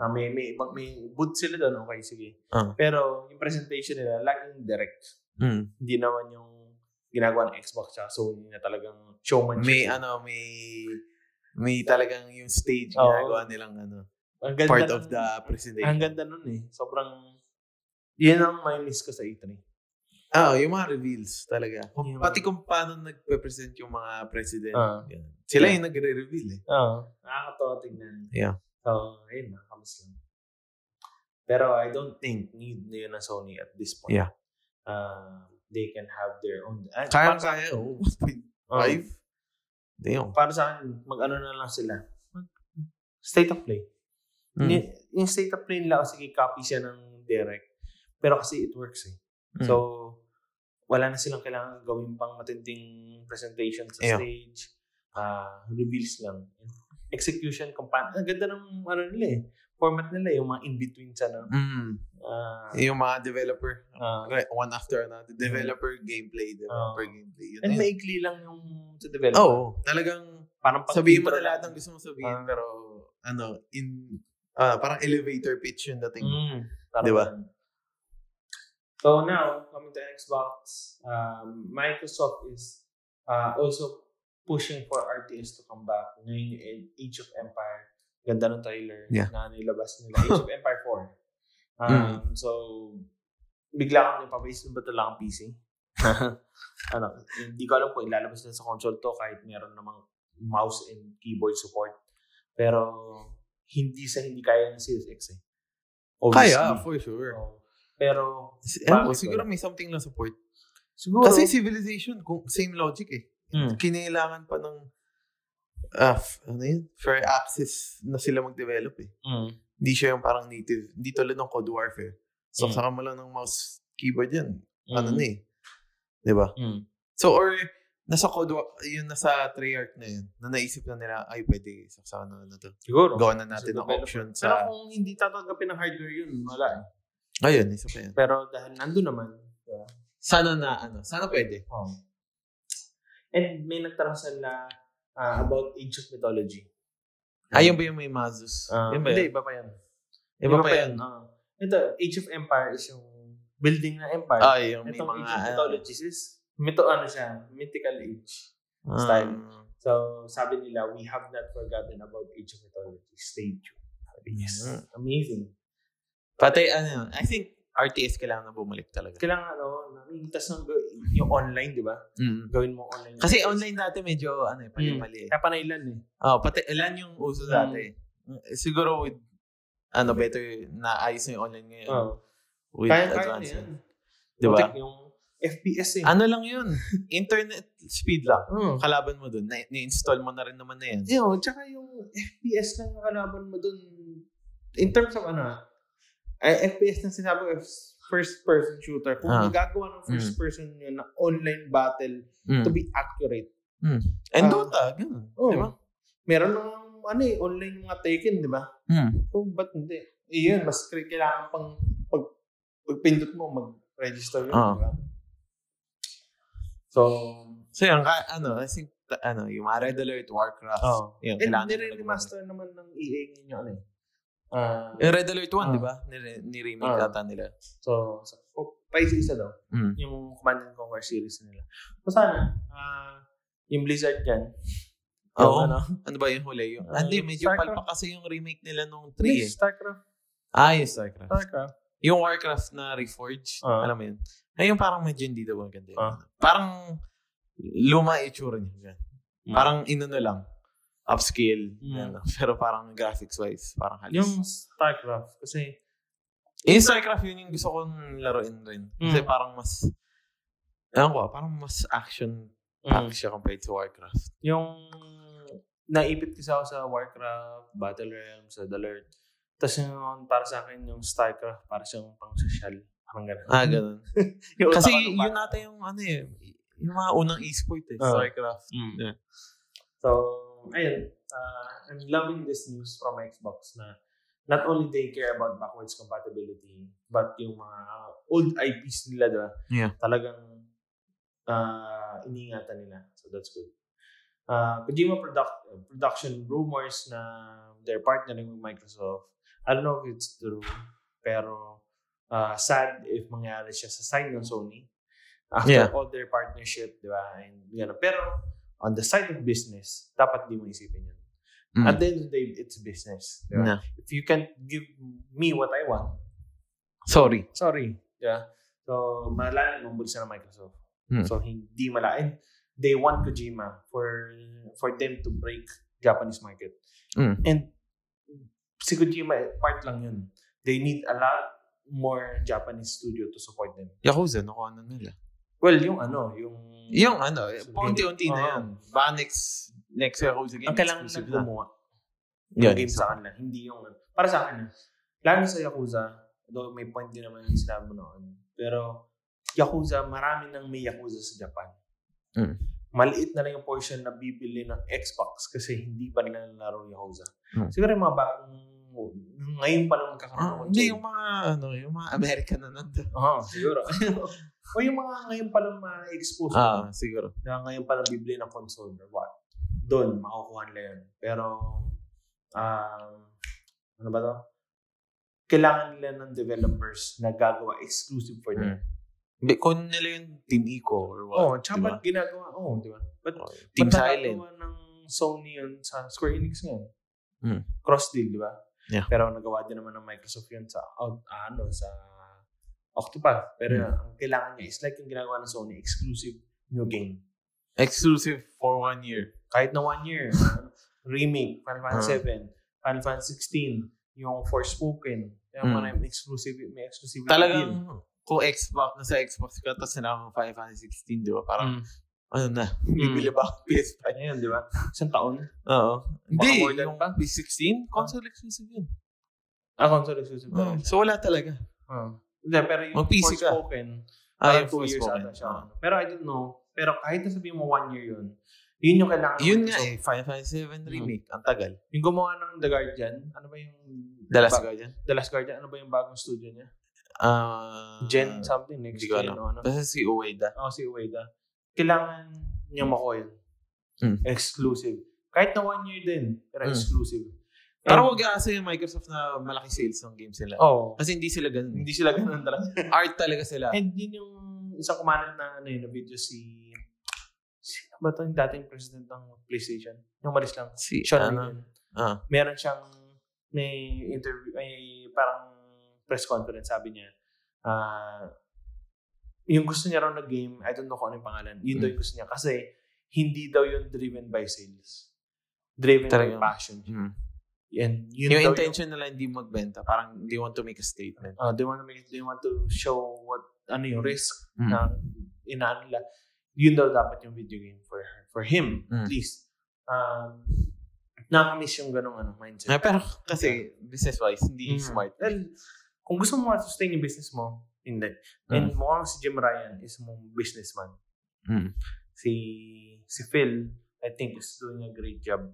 A: Ah, may, may, ibang- may booth sila doon, okay, sige.
B: Ah.
A: Pero, yung presentation nila, laging direct.
B: Mm.
A: Hindi naman yung ginagawa ng Xbox at Sony na talagang showmanship.
B: May ano, may may talagang yung stage
A: Oo.
B: ginagawa nilang ano,
A: ang ganda
B: part of
A: nun.
B: the
A: Ang
B: presentation.
A: ganda nun eh. Sobrang, yun ang may miss ko sa E E3.
B: Ah, yung mga reveals talaga. Kung,
A: Yung-
B: pati kung paano nagpe-present yung mga president.
A: Ah.
B: Yan. Sila yung nagre-reveal eh.
A: Oo. Nakakatawa tingnan.
B: Yeah.
A: So, ayun, nakakamiss lang. Pero I don't think need na yun na Sony at this point.
B: Yeah.
A: Uh, they can have their own. ah,
B: Kaya
A: para sa-
B: kaya, oh.
A: oh,
B: 1.5? Damn.
A: para sa akin, mag-ano na lang sila. Mag- State of play.
B: Mm.
A: Ni- Yung state of play nila, oh, sige, copy siya ng direct. Pero kasi it works eh.
B: Mm.
A: So, wala na silang kailangan gawin pang matinding presentation sa
B: Yeah.
A: stage. ah reveals lang. Execution, kampanya. Ang ganda ng ano nila eh. Format nila eh, yung mga in-between sa ano.
B: Mm.
A: ah,
B: Yung mga developer,
A: ah,
B: re- one after another, developer gameplay, developer
A: Oo.
B: gameplay. Yun
A: Hmm. Ah. and
B: na yun.
A: maikli lang yung sa develop.
B: Oo. Talagang
A: Parang pang
B: Oh, sabihin mo
A: intro
B: na lahat
A: lang.
B: ng gusto mong sabihin,
A: Ah.
B: pero ano, in ah, parang elevator pitch yung dating.
A: Mm, parang
B: Di ba?
A: ganun. So now, coming to Xbox, um, Microsoft is uh, also pushing for RTS to come back. Ngayon yung Age of Empire. Ganda ng trailer
B: Yeah.
A: na nilabas nila. Age of Empire 4. Um,
B: Mm.
A: So, bigla akong napabase na ba talaga ang PC? ano, hindi ko alam kung ilalabas na sa console to kahit meron namang mouse and keyboard support. Pero, hindi sa hindi kaya ng Series X eh.
B: Kaya, for sure.
A: Oo. Pero,
B: Si-
A: Oh. Bakit
B: ewan ko,
A: ba?
B: siguro may something lang support.
A: siguro,
B: Kasi civilization, kung same logic eh.
A: Mm.
B: Kinailangan pa ng ah, f- ano yun? Fair access na sila mag-develop eh.
A: Mm.
B: Hindi siya yung parang native. Hindi tulad ng Code Warfare. So,
A: Mm.
B: saka mo lang ng mouse keyboard yan. Ano
A: Mm.
B: na eh. Di ba?
A: Mm.
B: So, or nasa Code Wa- yun nasa Treyarch na yun. Na naisip na nila, ay pwede saksakan na na to.
A: Siguro.
B: Gawa na natin ng
A: developer.
B: option
A: Pero
B: sa...
A: kung hindi tatanggapin ng hardware yun, wala eh.
B: Ayun, isa pa yan.
A: Pero dahil nandun naman, diba? yeah.
B: Sana na, ano, sana pwede.
A: oh. and may nagtarasan na ah, about Age of Mythology.
B: Ayun ba yung may Mazus?
A: Ah,
B: yun ba yun?
A: hindi, iba pa yan.
B: Ah. Iba pa yan.
A: ah. ito, Age of Empire is yung building na empire.
B: Ah, yung may
A: Itong
B: mga...
A: Age of
B: ano,
A: Mythologies is, mito, ano siya, mythical age.
B: ah,
A: style. So, sabi nila, we have not forgotten about Age of Mythology. Stay tuned. Sabi niya. "Hmm,
B: Mm.
A: Amazing.
B: Patay, ano yun. I think RTS kailangan na bumalik talaga.
A: Kailangan, ano, tas ng, yung online, di ba?
B: Mm.
A: Gawin mo online.
B: Kasi online dati medyo, ano eh, pali-pali eh.
A: Kaya panailan eh.
B: Oh, pati ilan yung uso
A: Mm.
B: dati. Eh, Siguro with ano better na ayos na yung online ngayon.
A: Oo.
B: With
A: Kaya, kaya na
B: advanced.
A: Oh. yan.
B: Di ba?
A: Putik Yung FPS eh.
B: Ano lang yun? Internet speed lang.
A: Oo.
B: Kalaban mo dun. Na- install mo na rin naman na yan.
A: Yun, oh, tsaka yung FPS lang yung kalaban mo dun. In terms of ano, eh, ah, ay, FPS na sinabi ko, f- first person shooter. Kung
B: Ah.
A: magagawa ng first person yun na online battle to
B: Mm.
A: be accurate.
B: And
A: Ah.
B: Dota, ganun.
A: Oo.
B: Di ba?
A: Meron ng ano eh, online mga Tekken, di ba? Oh, ba't hindi? Eh, yun, mas kri- kailangan pang pag, pagpindot mo, mag-register yun.
B: Ah.
A: di ba? So,
B: So yun, ka- ano, I think, ta- ano, yung mga Red Alert, Warcraft.
A: Oo.
B: Yun,
A: and
B: kailangan na
A: nire-remaster naman ng EA ngayon yung ano eh. Ah,
B: Yung Eh, Red Alert 1,
A: Ah.
B: di ba? Nire- Niremake
A: Ah.
B: data nila.
A: so, so oh, pa isa daw,
B: Mm.
A: yung Command and Conquer series nila. So, sana, ah, yung Blizzard dyan, Yung
B: Oo.
A: ano?
B: Ano ba yung huli? Yung,
A: Ah,
B: hindi, medyo
A: Starcraft.
B: palpak kasi yung remake nila nung
A: Hindi,
B: 3 eh.
A: Starcraft.
B: Ah, yung Starcraft.
A: Starcraft.
B: Yung Warcraft na Reforged,
A: Ah.
B: alam mo yun. Ngayon parang medyo hindi daw maganda yun.
A: Ah.
B: Parang luma itsura niya.
A: Mm.
B: Parang inano lang. Upscale.
A: Mm.
B: ano. Pero parang graphics wise, parang halos. Yung,
A: Yung Starcraft. Kasi,
B: Starcraft yun yung gusto kong laruin rin. Kasi
A: Mm.
B: parang mas, alam ko, parang mas action
A: mm,
B: packed siya compared to Warcraft.
A: yung naipit kasi ako sa Warcraft, Battle Realms, sa The Lord. Tapos yung para sa akin, yung Starcraft, para siyang pang social. Parang ganun.
B: Ah, ganun.
A: Mm. Yung
B: Kasi
A: utak ko nung
B: yun natin yung ano eh, yung mga unang e-sport eh,
A: Ah.
B: Starcraft.
A: Mm.
B: Yeah.
A: So, ayun. Uh, I'm loving this news from Xbox na not only they care about backwards compatibility, but yung mga old IPs nila, diba?
B: Yeah.
A: Talagang uh, iniingatan nila. So, that's good. Uh, Kojima product, production rumors na they're partnering with Microsoft. I don't know if it's true, pero uh, sad if mangyari siya sa side ng Sony. After
B: Yeah.
A: all their partnership, di ba? And, gano'n. Pero, on the side of business, dapat di mo isipin yun.
B: Mm.
A: At the end of the day, it's business. di
B: Yeah.
A: ba? If you can't give me what I want,
B: Sorry.
A: sorry. di ba? So, malalang ang bulsa ng Microsoft.
B: Mm.
A: So, hindi malain. They want Kojima for for them to break Japanese market.
B: Mm.
A: And si Kojima, eh, part lang yun. They need a lot more Japanese studio to support them.
B: Yakuza, nakuha na nila.
A: Mm. Well, yung ano, yung...
B: Yung ano,
A: So,
B: paunti-unti na
A: Oo.
B: yan. Baka next, next Yakuza game
A: Ah. Ang kailangan
B: exclusive
A: na gumawa.
B: Yun,
A: Yung game
B: exactly.
A: sa kanila. Hindi yung... Para sa akin, ah, lalo sa Yakuza, though may point din naman yung sinabi mo noon, pero Yakuza, marami nang may Yakuza sa Japan.
B: Mm.
A: Maliit na lang yung portion na bibili ng Xbox kasi hindi pa nila nalaro yung Yakuza.
B: Mm.
A: Siguro yung mga bagong... Ngayon pa lang magkakaroon
B: Ah,
A: ng
B: hindi, Ah,
A: console.
B: yung mga, ano, yung mga American na nandun.
A: Oo, siguro. o yung mga ngayon pa lang ma-expose.
B: Ah, siguro.
A: na ngayon parang bibili ng console or what, doon, makukuha nila yun. Pero, um, ano ba to? Kailangan nila ng developers na gagawa exclusive for
B: Mm.
A: them.
B: Hindi, Kunin nila yung Team Ico or what.
A: Oo, oh, tsaka
B: diba?
A: ba't ginagawa? Oo, di ba? Ba't,
B: Oh, Team
A: ba't
B: Silent.
A: nagagawa ng Sony yun sa Square Enix ngayon?
B: Mm.
A: Cross-deal, di ba?
B: Yeah.
A: Pero nagawa din naman ng Microsoft yun sa, out, ano, sa
B: Mm.
A: Octopath. Pero ang kailangan niya is like yung ginagawa ng Sony, exclusive new game.
B: Exclusive for one year.
A: kahit na one year, ano, remake, Final
B: Ah.
A: Fantasy 7, Final Fantasy 16, yung Forspoken, yung
B: Mm.
A: mga may exclusive, may exclusive deal.
B: Talagang, kung Xbox, nasa Xbox ka, tapos sinama ng Final Fantasy 16, di ba? Parang,
A: Mm.
B: ano na,
A: Hmm.
B: bibili ba ako ng PS5?
A: Ano yun, di ba? Isang taon.
B: Oo. Hindi,
A: more than
B: yung PS16, console exclusive yun.
A: Ah, console exclusive.
B: Oo,
A: talaga siya.
B: So, wala talaga.
A: Ah. Hindi, pero yung
B: Mag-PC Hmm. ka.
A: Forspoken,
B: Ah,
A: parang
B: yung
A: two years
B: Forspoken.
A: ata siya.
B: Ah.
A: Pero I don't know. Pero kahit na sabihin mo one year yun, yun yung kailangan.
B: Yun nga
A: So,
B: eh, Final Fantasy
A: Hmm.
B: 7 remake. Ang tagal.
A: Yung gumawa ng The Guardian, ano ba yung...
B: The Last
A: ba-
B: Guardian?
A: The Last Guardian, ano ba yung bagong studio niya?
B: Ah,
A: Gen something, next
B: hindi ko
A: gen,
B: alam.
A: o ano?
B: Basta si Ueda.
A: ako si Ueda, kailangan niya makuha yun.
B: Mm.
A: Exclusive. Kahit na one year din, pero
B: Mm.
A: exclusive.
B: Pero huwag aasa yung Microsoft na malaki sales ng games nila.
A: Hmm. Oh,
B: Kasi hindi sila ganun.
A: hindi sila ganun talaga.
B: Art talaga sila.
A: And yun yung isang kumanat na ano yun, na video si... Sino ba to yung dating president ng PlayStation? Yung malis lang.
B: si,
A: Sean
B: ano?
A: Ryan.
B: Ah.
A: Meron siyang may interview, may parang press conference, sabi niya, ah, yung gusto niya raw na game, I don't know kung ano yung pangalan, yun
B: Hmm.
A: daw yung gusto niya. Kasi, hindi daw yun driven by sales. Driven
B: Talaga.
A: by passion.
B: Hmm.
A: And yun
B: Yung
A: daw
B: intention nila hindi magbenta. Parang they want to make a statement.
A: Yung, ah, they want to make, they want to show what, ano yung risk
B: Mm.
A: na inaano nila. Yun daw dapat yung video game for her, for him,
B: Mm.
A: at least. Um, nakamiss yung ganong ano, mindset.
B: Ah, pero kasi business-wise, hindi
A: Mm.
B: smart.
A: Well, kung gusto mo ma-sustain yung business mo, hindi. And mukhang si Jim Ryan is mong businessman.
B: Mm.
A: Si si Phil, I think is doing a great job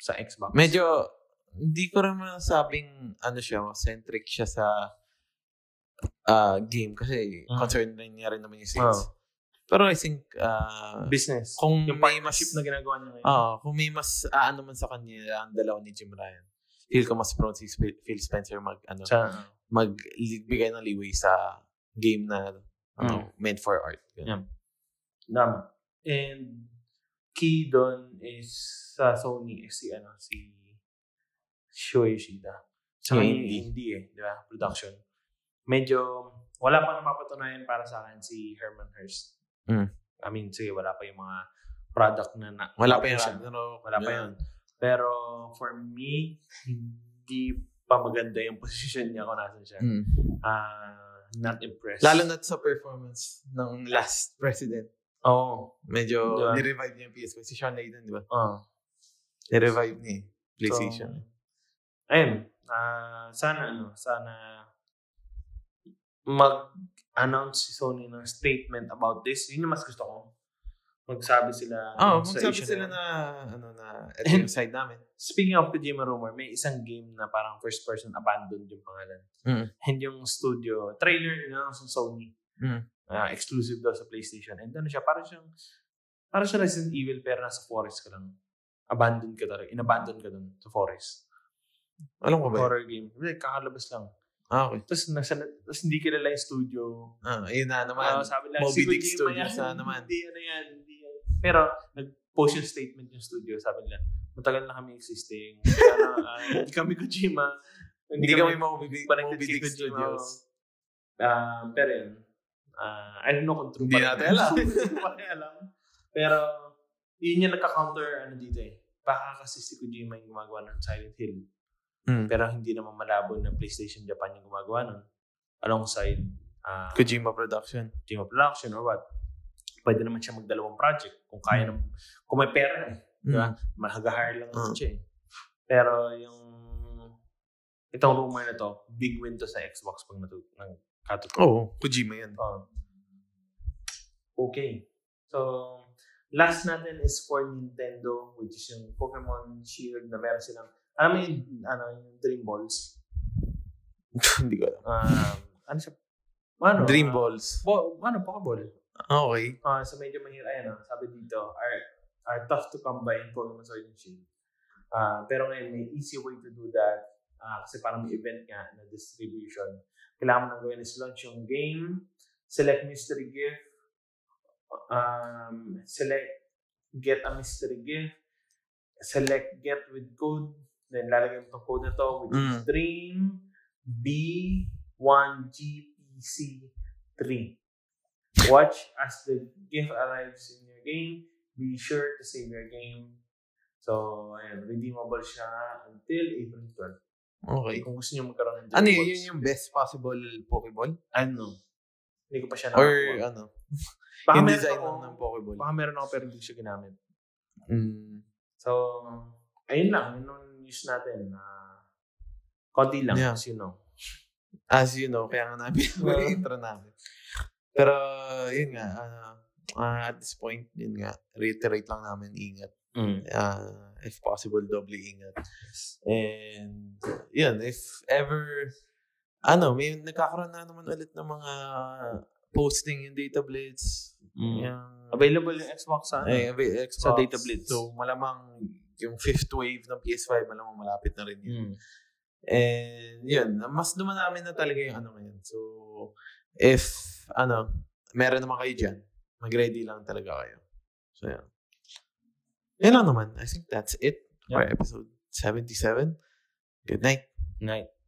A: sa Xbox.
B: Medyo, hindi ko rin masabing, ano siya, centric siya sa ah, game kasi
A: Mm.
B: concern rin niya rin naman yung sales. Pero I think, ah,
A: Oh, business.
B: kung
A: yung
B: may mas,
A: partnership na ginagawa niya ngayon.
B: ah kung may mas aano man sa kanya ang dalaw ni Jim Ryan, feel ko mas prone si Sp- Phil Spencer mag, ano,
A: Sa,
B: magbigay ng leeway sa game na ano, meant for art. Ganun.
A: Yeah. Tama. And key doon is sa Sony is si ano si Shuo Yoshida. Sa
B: Yung
A: yung
B: indie.
A: indie eh, di ba? Production. Medyo wala pa napapatunayan para sa akin si Herman Hurst.
B: Mm.
A: I mean, sige, wala pa yung mga product na, na
B: Wala pa yan.
A: Ano, wala pa yun. Pero for me, hindi pa maganda yung position niya kung nasan siya.
B: Mm.
A: Ah, not impressed.
B: Lalo na sa performance ng last president.
A: Oo.
B: Medyo
A: Diba?
B: nirevive niya yung PS si Sean Layden, di ba?
A: Oh, oh.
B: Nirevive niya eh. PlayStation.
A: So, ayun. Ah, sana ano, sana mag-announce si Sony ng statement about this. Yun yung mas gusto ko. Magsabi sila.
B: Oo, oh,
A: sa
B: magsabi
A: issue
B: sila
A: yun.
B: na, ano na, ito yung side namin.
A: Speaking of Kojima rumor, may isang game na parang first person abandoned yung pangalan.
B: Mm.
A: And yung studio, trailer na ng Sony.
B: Mm.
A: Ah, exclusive daw sa PlayStation. And ano siya, parang siyang, parang siya Resident Evil pero nasa forest ka lang. Abandoned ka talaga. Inabandon ka dun sa forest.
B: Alam ko ba yun?
A: Horror game. Like, kakalabas lang.
B: Ah, okay.
A: Tapos, nasa, tapos hindi kilala yung studio.
B: Ah, ayun na naman.
A: Ah, sabi lang,
B: Moby
A: si
B: Dick
A: Kojima
B: Studios
A: yan.
B: na naman.
A: Hindi, ano yan. Hindi yan. Pero, nag-post yung statement yung studio. Sabi nila, matagal na kami existing. Ano, ah, hindi kami Kojima.
B: hindi kami mabibig
A: connected
B: Moby
A: kay
B: Dick
A: Kojima.
B: Studios.
A: Ah, pero yun. Ah, I don't know kung true.
B: Hindi
A: pa rin.
B: natin alam.
A: Hindi ko rin alam. Pero, yun yung nagka-counter ano dito eh. Baka kasi si Kojima yung gumagawa ng Silent Hill.
B: Mm.
A: Pero hindi naman malabo na PlayStation Japan yung gumagawa nun. Alongside ah,
B: Kojima Production.
A: Kojima Production or what. Pwede naman siya magdalawang project kung kaya ng kung may pera na eh. Diba? Mahagahar lang
B: Mm.
A: naman siya eh. Pero yung itong rumor na to, big win to sa Xbox pag natu ng
B: Oo,
A: katutok.
B: oh, Kojima yan.
A: okay. So, last natin is for Nintendo which is yung Pokemon Shield na meron silang alam mo yung, ano, yung Dream Balls?
B: hindi ko alam.
A: um, ano siya? Ano?
B: Dream
A: ah,
B: Balls.
A: Bo, ano, Pokeball.
B: Ah, okay.
A: Ah, so medyo mahirap ayan, ah, sabi dito, are, are tough to come by in Pokemon Sword and Shield. Ah, pero ngayon, may easy way to do that ah, kasi parang may event nga na distribution. Kailangan mo nang gawin is launch yung game, select mystery gift, um, select get a mystery gift, select get with code, then lalagay mo itong code na to, which is
B: Mm.
A: dream B1GPC3. Watch as the gift arrives in your game. Be sure to save your game. So, ayan, redeemable siya until April 12.
B: Okay.
A: Kung gusto niyo magkaroon ng
B: Ano yun?
A: rewards.
B: Yun yung best possible Pokeball?
A: Ano? Hindi ko pa siya
B: Or
A: nakakuha.
B: ano?
A: Baka
B: yung
A: meron
B: design
A: ako-
B: lang ng Pokeball?
A: Baka meron ako pero hindi ko siya ginamit.
B: Mm.
A: So, ayun lang. Yun yung news natin. Uh, konti lang,
B: Yeah.
A: as you know.
B: As you know, kaya nga namin
A: Oo.
B: yung intro namin. Pero, yun nga, ah, ah, at this point, yun nga, reiterate lang namin, ingat. Ah, if possible, doble ingat. And, yun, if ever, ano, may nagkakaroon na naman ulit ng mga posting yung data blitz.
A: Yeah.
B: Yung,
A: Available yung Xbox sa ano?
B: eh, avail- Xbox.
A: Sa data blitz.
B: So, malamang yung fifth wave ng PS5, malamang malapit na rin yun.
A: Mm.
B: And yun, mas dumanami na talaga yung ano ngayon. So, if, ano, meron naman kayo dyan, mag-ready lang talaga kayo. So, yun. Yun lang naman. I think that's it for episode 77. Good night.
A: Night.